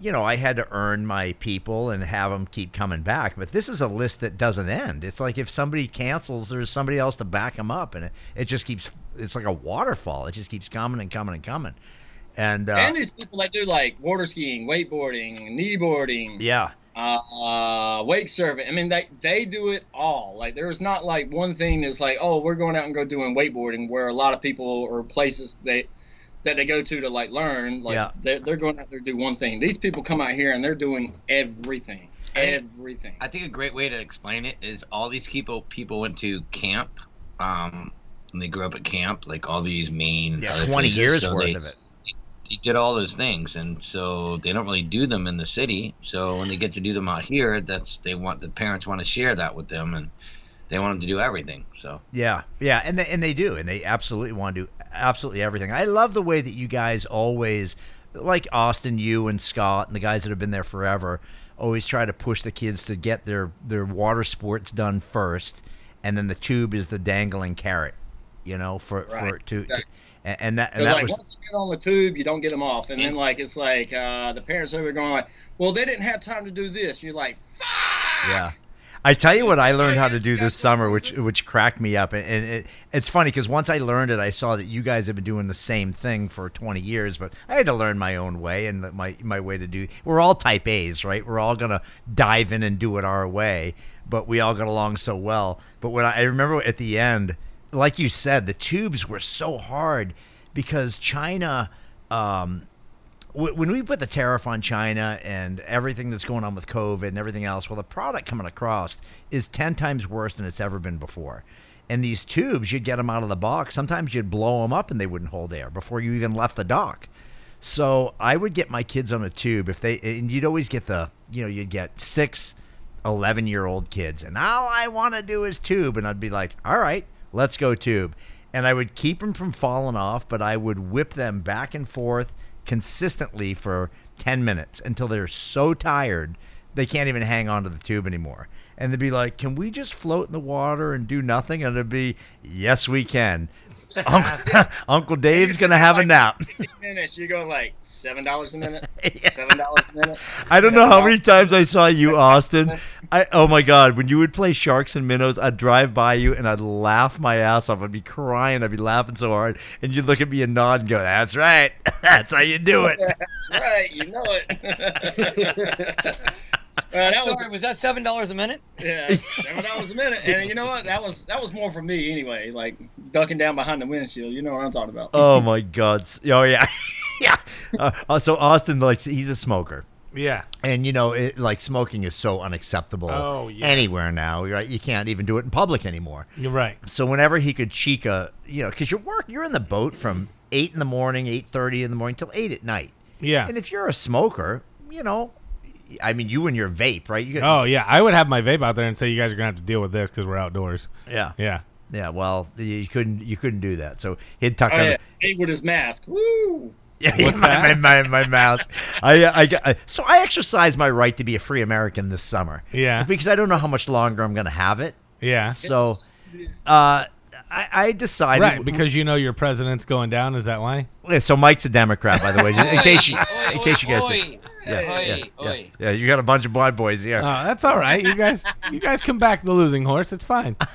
you know I had to earn my people and have them keep coming back but this is a list that doesn't end it's like if somebody cancels there's somebody else to back them up and it, it just keeps it's like a waterfall it just keeps coming and coming and coming and, uh,
And these people that do like water skiing, wakeboarding, kneeboarding,
yeah
uh, wake surfing. I mean, they, they do it all. Like, there's not like one thing that's like, oh, we're going out and go doing wakeboarding, where a lot of people or places they that they go to to like learn, like
Yeah.
they're, they're going out there to do one thing. These people come out here and they're doing everything. Everything.
I think a great way to explain it is all these people people went to camp, um, and they grew up at camp, like all these main
yeah
other
twenty
places,
years
so
worth
they-
of it
They did all those things, and so they don't really do them in the city. So when they get to do them out here, that's they want the parents want to share that with them, and they want them to do everything. So
Yeah, yeah, and they, and they do, and they absolutely want to do absolutely everything. I love the way that you guys always, like Austin, you and Scott, and the guys that have been there forever, always try to push the kids to get their their water sports done first, and then the tube is the dangling carrot. you know, for for
Right,
to,
exactly.
to and, and that and
'Cause,
that
like
was Mm.
once you get on the tube, you don't get them off, and then like it's like uh, the parents over going like, "Well, they didn't have time to do this." You're like, "Fuck!"
yeah. I tell you what I learned how to do this summer, which which cracked me up, and, and it, it's funny because once I learned it, I saw that you guys have been doing the same thing for 20 years, but I had to learn my own way and that my my way to do. We're all Type A's, right? We're all gonna dive in and do it our way, but we all got along so well. But when I, I remember at the end, like you said, the tubes were so hard because China. Um, wh- when we put the tariff on China and everything that's going on with COVID and everything else, well, the product coming across is 10 times worse than it's ever been before. And these tubes, you'd get them out of the box. Sometimes you'd blow them up and they wouldn't hold air before you even left the dock. So I would get my kids on a tube if they, and you'd always get the, you know, you'd get six 11 year old kids and all i want to do is tube and i'd be like all right let's go tube and i would keep them from falling off but i would whip them back and forth consistently for 10 minutes until they're so tired they can't even hang on to the tube anymore and they'd be like can we just float in the water and do nothing and it'd be yes we can uncle, [laughs] uncle dave's gonna have a nap [laughs]
15 minutes, you go like seven dollars a minute,
Yeah.
seven dollars
[laughs]
a minute.
I don't know how many
$7
times I saw you, Austin. I oh my god, when you would play sharks and minnows, I'd drive by you and I'd laugh my ass off. I'd be crying. I'd be laughing so hard, and you'd look at me and nod and go, "That's right. [laughs] That's how you do it."
That's right, you know
[laughs]
it. Uh, that was
Sorry, was that seven dollars a minute?
yeah, seven dollars a minute, and you know what? That was that was more for me anyway. Like ducking down behind the windshield. You know what I'm talking about?
Oh my god. S- Oh yeah, [laughs] yeah. Uh, uh, so Austin, like, he's a smoker.
Yeah.
And you know, it, like smoking is so unacceptable
Oh, yes.
anywhere now. Right? You can't even do it in public anymore.
You're right.
So whenever he could chica, you know, because you're work, you're in the boat from eight in the morning, eight thirty in the morning till eight at night.
Yeah.
And if you're a smoker, you know, I mean, you and your vape, right? You get,
Oh yeah, I would have my vape out there and say you guys are gonna have to deal with this because we're outdoors.
yeah, yeah,
Yeah.
Well, you couldn't, you couldn't do that. So he'd tuck
Oh,
on,
yeah, Hey, with his mask. Woo!
[laughs] yeah,
What's
my,
that?
My, my, my mask. I, I, got- I, so I exercise my right to be a free American this summer.
Yeah.
Because I don't know how much longer I'm going to have it.
Yeah.
So, uh, I, I decided.
Right, because you know your president's going down. Is
[laughs]
that why?
Yeah, so Mike's a Democrat, by the way, just in case you,
[laughs] Oi,
in case you guys.
oi,
think-
oi.
Yeah,
Oi,
yeah, yeah,
oi.
yeah, you got a bunch of blonde boys here.
Oh, that's all right. You guys, you guys come back the losing horse. It's fine. Uh,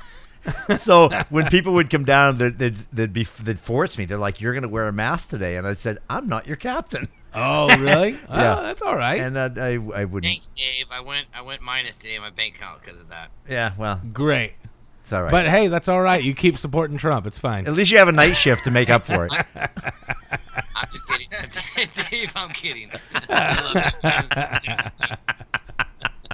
[laughs]
so when people would come down, they'd, they'd, they'd be they'd force me. They're like, "You're going to wear a mask today," and I said, "I'm not your captain,"
Oh, really?
[laughs] Yeah.
Oh, that's all right.
and uh, I I wouldn't.
Thanks, Dave. I went I went minus today in my bank account because of that.
Yeah, well,
Great.
it's all right.
But hey, that's all right. You keep supporting Trump. It's fine.
at least you have a night shift to make up for it.
[laughs] I'm just kidding, [laughs] Dave. I'm kidding. I love that.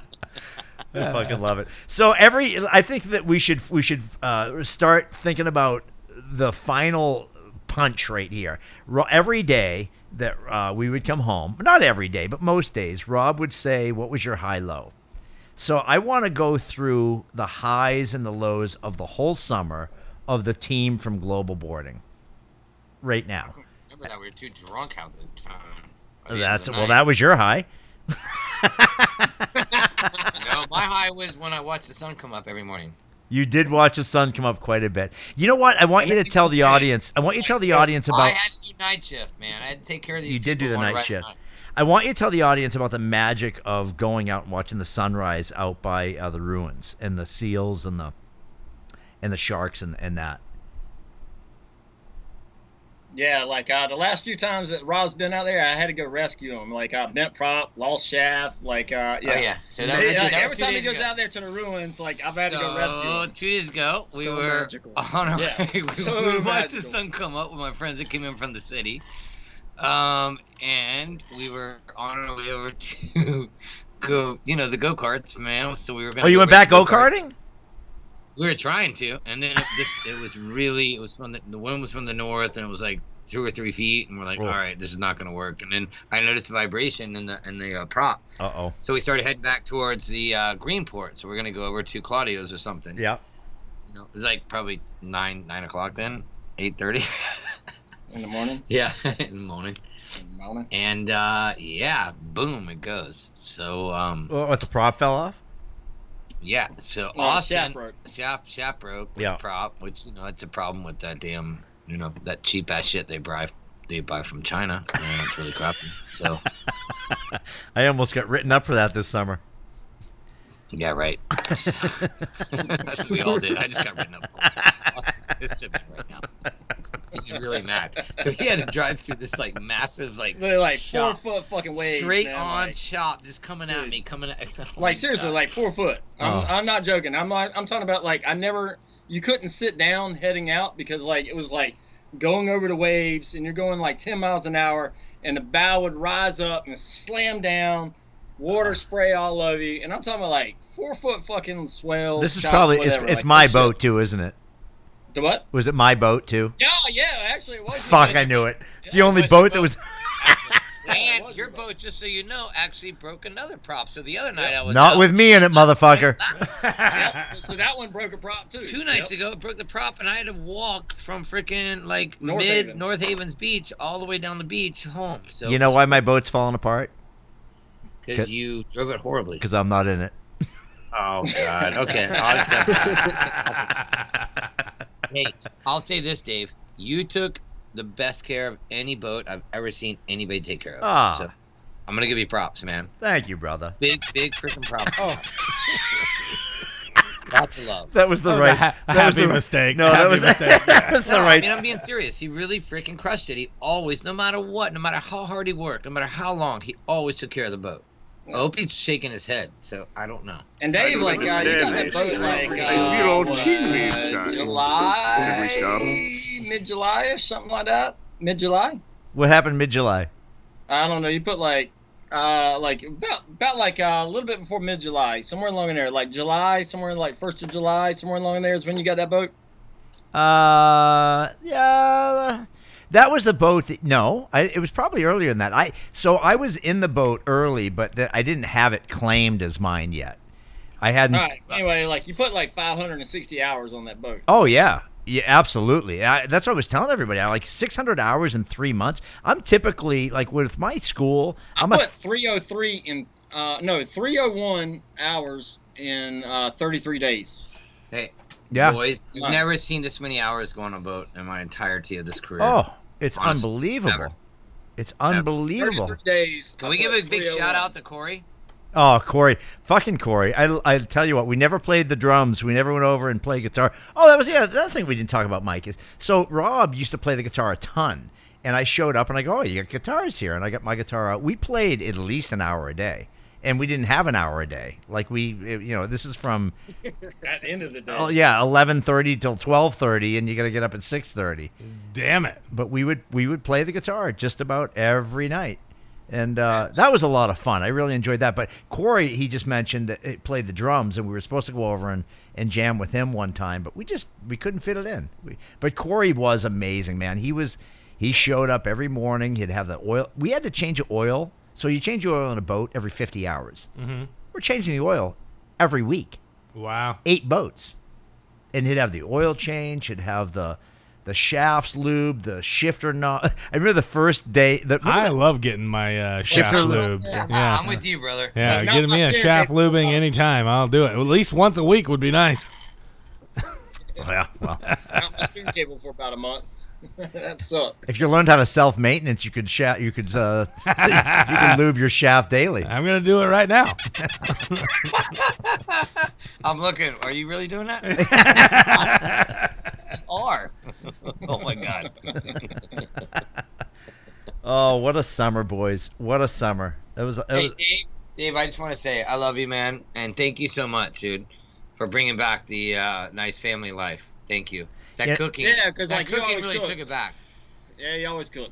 [laughs] I fucking love it. So every, I think that we should we should uh, start thinking about the final punch right here. Ro- Every day that uh, we would come home, not every day, but most days, Rob would say, "What was your high low?" So I want to go through the highs and the lows of the whole summer of the team from Global Boarding right now.
Remember that we were two drunk at the time. At the end of
That's
the
well,
night.
that was your high.
No, my high was when I watched the sun come up every morning.
You did watch the sun come up quite a bit. You know what? I want you to tell the audience. I want you to tell the audience
I
about.
had to do night shift, man. I had to take care of these.
you did do
people
the
one
night
right
shift. I want you to tell the audience about the magic of going out and watching the sunrise out by uh, the ruins and the seals and the and the sharks and and that.
Yeah, like uh, the last few times that Rob's been out there, I had to go rescue him. Like uh, bent prop, lost shaft. Like uh, yeah,
Oh yeah. So
Yeah,
was-
like,
that
every
was two
time he
days
goes
ago.
out there to the ruins, like I've had to go rescue
So
him.
two days ago, we
So
were
magical.
on our
Yeah,
way. [laughs] We,
so
we watched
magical.
the sun come up with my friends that came in from the city, um, and we were on our way over [laughs] to go, you know, the go karts, man. So we were. Gonna
Oh, you
go
went
race
back go karting?
We were trying to, and then it just it was really it was from the, the wind was from the north, and it was like two or three feet, and we're like,
Oh.
all right, this is not gonna work. And then I noticed a vibration in the in the uh, prop,
Uh oh.
so we started heading back towards the uh, Greenport. So we're gonna go over to Claudio's or something.
Yeah.
You know, it was like probably nine nine o'clock then, eight thirty.
in the morning.
[laughs] yeah, in the morning.
In the morning.
And uh, yeah, boom, it goes. So um,
What the prop fell off?
Yeah, so
Oh,
Austin
Chaproke.
Shap Shaproke
Yeah.
prop, which you know it's a problem with that damn you know that cheap ass shit they buy they buy from China. And it's really crappy. So
I almost got written up for that this summer. [laughs]
yeah, right. [laughs] we all did. I just got written up. Austin's pissed at me right now. He's really mad. So he had to drive through this like massive like
They're like four
shop,
foot fucking waves.
straight
man,
on
Like,
chop, just coming at
Dude.
me, coming at [laughs] oh my
like seriously,
God.
like four foot. I'm,
Oh.
I'm not joking. I'm not, I'm talking about like I never. You couldn't sit down heading out because like it was like going over the waves and you're going like 10 miles an hour and the bow would rise up and slam down
Uh-huh.
water spray all over you and i'm talking about like four foot fucking swell
This is
chop,
probably it's,
whatever,
it's
like,
my
that
boat
shit.
too, isn't it?
the what
Was it my boat too?
yeah yeah actually it was your
Fuck,
boat.
I knew it. It's the
Yeah,
only
it was
boat
your
that
boat.
was.
[laughs] it was
and your
your boat.
boat, just so you know, actually broke another prop. So the other night I was
Not
out-
with me in it,
Last night-
motherfucker.
last-
Yep, so that one broke a prop too
two nights
Yep.
ago, it broke the prop, and I had to walk from freaking like
North
mid
Haven.
North Haven's beach all the way down the beach home. So
You know why my boat's falling apart?
Because you drove it horribly.
Because I'm not in it.
Oh
[laughs]
God. okay, I'll accept that. [laughs] hey, I'll say this, Dave. You took the best care of any boat I've ever seen anybody take care of.
Ah.
So I'm gonna give you props, man.
Thank you, brother.
Big, big freaking props. Oh. [laughs] Lots of love.
That was the
That was a
right.
ha- a
that was
happy
the,
mistake.
No, that
Happy
was [laughs]
mistake.
that was the
No, I
right.
mean, I'm being serious. He really freaking crushed it. He always, no matter what, no matter how hard he worked, no matter how long, he always took care of the boat. I hope he's shaking his head, so I don't know.
And Dave,
don't
like, uh, you got
understand
that
this.
boat, like,
I feel
uh,
all
what,
tingly inside. Should we stop?
July, mid July, or something like that. Mid July.
What happened mid July?
I don't know. You put like, uh, like about about like uh, a little bit before mid July, somewhere along in there, like July, somewhere like first of July, somewhere along in there is when you got that boat.
Uh, yeah. That was the boat. That, no, I, it was probably earlier than that. I so I was in the boat early, but that I didn't have it claimed as mine yet. I hadn't.
All right. Anyway, like you put like 560 hours on that boat.
Oh yeah, yeah, absolutely. I, that's what I was telling everybody. I like 600 hours in three months. I'm typically like with my school.
I
I'm a
put 303 in, uh, no, 301 hours in uh, 33 days.
Hey,
yeah.
boys, I've
Come on.
never seen this many hours go on a boat in my entirety of this career.
Oh, it's
Honest.
unbelievable.
Never.
It's unbelievable.
33 days.
Can
I
we
put
give a big
301.
shout out to Corey?
Oh, Corey, fucking Corey. I, I tell you what, we never played the drums. We never went over and played guitar. Oh, that was yeah. The other thing we didn't talk about, Mike, is so Rob used to play the guitar a ton, and I showed up and I go, oh, you got guitars here, and I got my guitar out. We played at least an hour a day, and we didn't have an hour a day. Like we, it- you know, this is from
At the end of the day.
oh yeah, eleven thirty till twelve thirty, and you got to get up at six thirty.
[laughs] Damn it.
But we would we would play the guitar just about every night, and uh, that was a lot of fun. I really enjoyed that. But Corey, he just mentioned that it played the drums, and we were supposed to go over and, and jam with him one time, but we just we couldn't fit it in. We, but Corey was amazing, man. He was he showed up every morning. He'd have the oil. We had to change the oil, so you change the oil in a boat every fifty hours.
Mhm.
We're changing the oil every week
Wow.
eight boats, and he'd have the oil change, he'd have the the shafts lube, the shifter knob. [laughs] I remember the first day. The, remember
I
the-
love getting my uh, shaft
Shifter
lube.
I'm
Yeah.
with you, brother.
Yeah,
Not
get me
my
a
steering
shaft
wheel.
lubing anytime. I'll do it. At least once a week would be nice.
yeah, well,
out my steering cable for about a month. [laughs] that sucked.
if you learned how to self maintenance, you could sha- you could uh, [laughs] you could lube your shaft daily.
I'm gonna do it right now. [laughs]
I'm looking. Are you really
[laughs]
doing that? You
[laughs]
are. oh my God.
[laughs] Oh, what a summer, boys! What a summer! That was, that
Hey,
was
Dave, Dave, I just want to say I love you, man, and thank you so much, dude, for bringing back the uh, nice family life. Thank you. That
Yeah.
cooking,
Yeah, 'cause,
that
like, you
cooking
always
really
cook.
took it back.
Yeah, you always cook.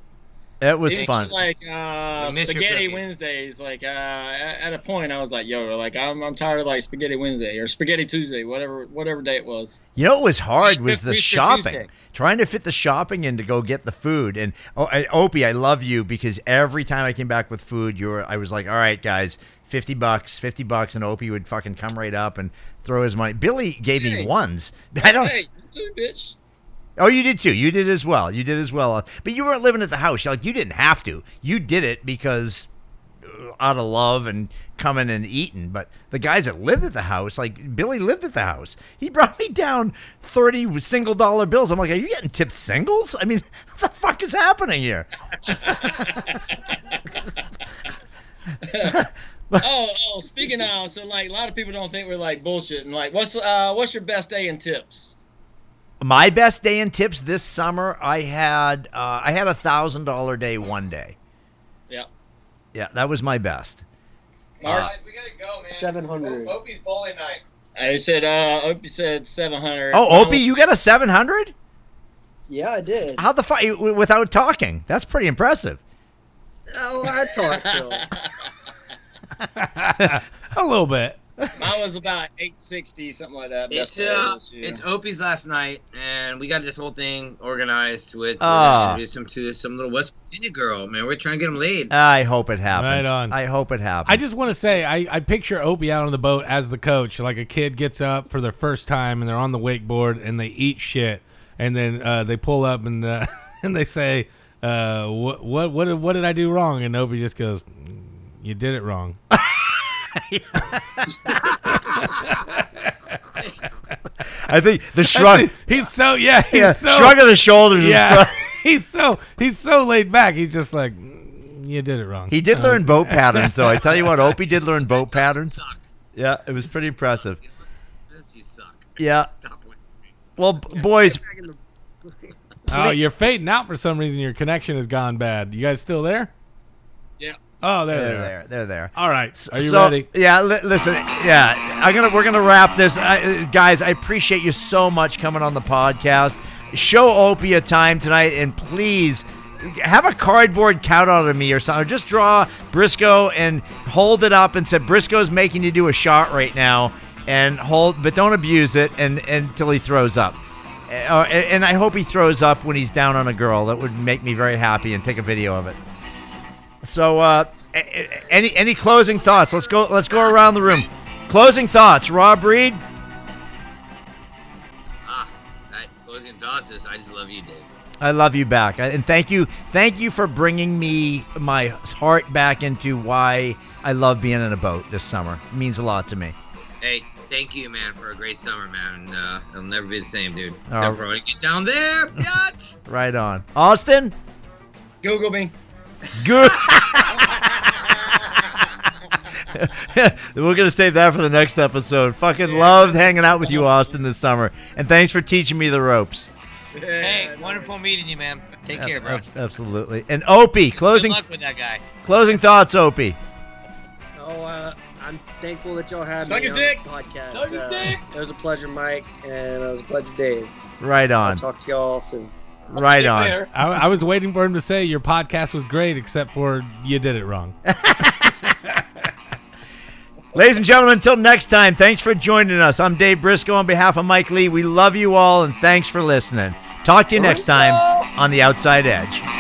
that was
It used to
fun.
be Like uh,
We miss your
spaghetti
cooking.
Wednesdays. Like uh, at at a point, I was like, "Yo, like I'm, I'm tired of like spaghetti Wednesday or spaghetti Tuesday, whatever whatever day it was."
You know what was hard
Hey,
was
Fifth
the
Rooster
shopping.
Tuesday.
Trying to fit the shopping in to go get the food. And oh, I, Opie, I love you because every time I came back with food, you were I was like, all right, guys, fifty bucks, fifty bucks, and Opie would fucking come right up and throw his money. Billy gave me
Hey.
ones. [laughs] I don't.
Hey, you too, bitch.
[laughs] Oh, you did too. You did as well. You did as well. But you weren't living at the house. Like you didn't have to. You did it because uh, out of love and coming and eating. But the guys that lived at the house, like Billy lived at the house, he brought me down 30 single dollar bills. I'm like, are you getting tipped singles? I mean, [laughs] what the fuck is happening here?
oh, oh, speaking of, so like a lot of people don't think we're like bullshitting. Like, what's uh, what's your best day in tips?
My best day in tips this summer, I had uh, I had a thousand dollar day one day.
Yeah,
Yeah, that was my best.
Mark.
we gotta go, man.
700.
Oh.
Opie's bowling night.
I said, uh, Opie said seven hundred.
Oh, Opie, you got a seven hundred?
Yeah, I did.
How the fuck without talking? That's pretty impressive.
Oh, I talked [laughs] to him.
a little bit.
mine was about eight sixty, something like that.
It's
Best day
uh,
this year.
it's Opie's last night, and we got this whole thing organized with we're
Ah.
gonna introduce him to some little West Virginia girl, man. We're trying to get him laid.
I hope it happens.
Right on.
I hope it happens.
I just want to say, I, I picture Opie out on the boat as the coach. Like a kid gets up for their first time and they're on the wakeboard and they eat shit. And then uh, they pull up and uh, [laughs] and they say, uh, what, what, what, did- what did I do wrong? And Opie just goes, "Mm, You did
[laughs]
it wrong.
I think
[laughs]
the shrug,
He's so, yeah. He's
yeah,
so,
shrug of the shoulders. is-
[laughs] Yeah. he's so, he's so laid back. He's just like, "Mm, You did it wrong.
[laughs] He did learn boat patterns, though. I tell you
[laughs]
what, Opie did learn boat patterns. Yeah, it was pretty impressive.
This, you suck.
Yeah.
Stop winning.
Well, b- boys,
Oh, you're fading out for some reason. Your connection has gone bad. You guys still there?
Yeah.
Oh, there
they're
they are.
there. They're there.
All right. Are you
so,
ready?
Yeah, li- listen. Yeah, I'm gonna we're gonna wrap this, I, uh, guys. I appreciate you so much coming on the podcast. Show Opie a time tonight, and please have a cardboard count out of me or something. Just draw Briscoe and hold it up and say Briscoe's making you do a shot right now, and hold, but don't abuse it and until he throws up. Uh, and and I hope he throws up when he's down on a girl. That would make me very happy, and take a video of it. So, uh, a- a- any any closing thoughts? Let's go. Let's go around the room. Closing thoughts, Rob Reed.
Ah, that closing thoughts is I just love you, Dave.
I love you back, I- and thank you, thank you for bringing me my heart back into why I love being in a boat this summer. It means a lot to me.
Hey, thank you, man, for a great summer, man. Uh, it'll never be the same, dude. Except
Oh.
for when I get down there, yacht.
Right on, Austin.
Google me.
Good. [laughs] We're gonna save that for the next episode. Fucking loved hanging out with you, Austin, this summer, and thanks for teaching me the ropes.
Hey,
wonderful meeting you, man. Take
Ab- Absolutely. And Opie, Uh, closing
with that guy.
closing thoughts, Opie.
Oh, uh, I'm thankful that y'all had
Suck
me
his
on
dick.
the podcast.
Suck his
Uh,
dick.
It was a pleasure, Mike, and it was a pleasure, Dave.
Right on.
Talk to y'all soon.
Right on.
I, I was waiting for him to say your podcast was great, except for you did it wrong.
Ladies and gentlemen, until next time, thanks for joining us. I'm Dave Briscoe on behalf of Mike Lee. We love you all and thanks for listening. Talk to you next time on The Outside Edge.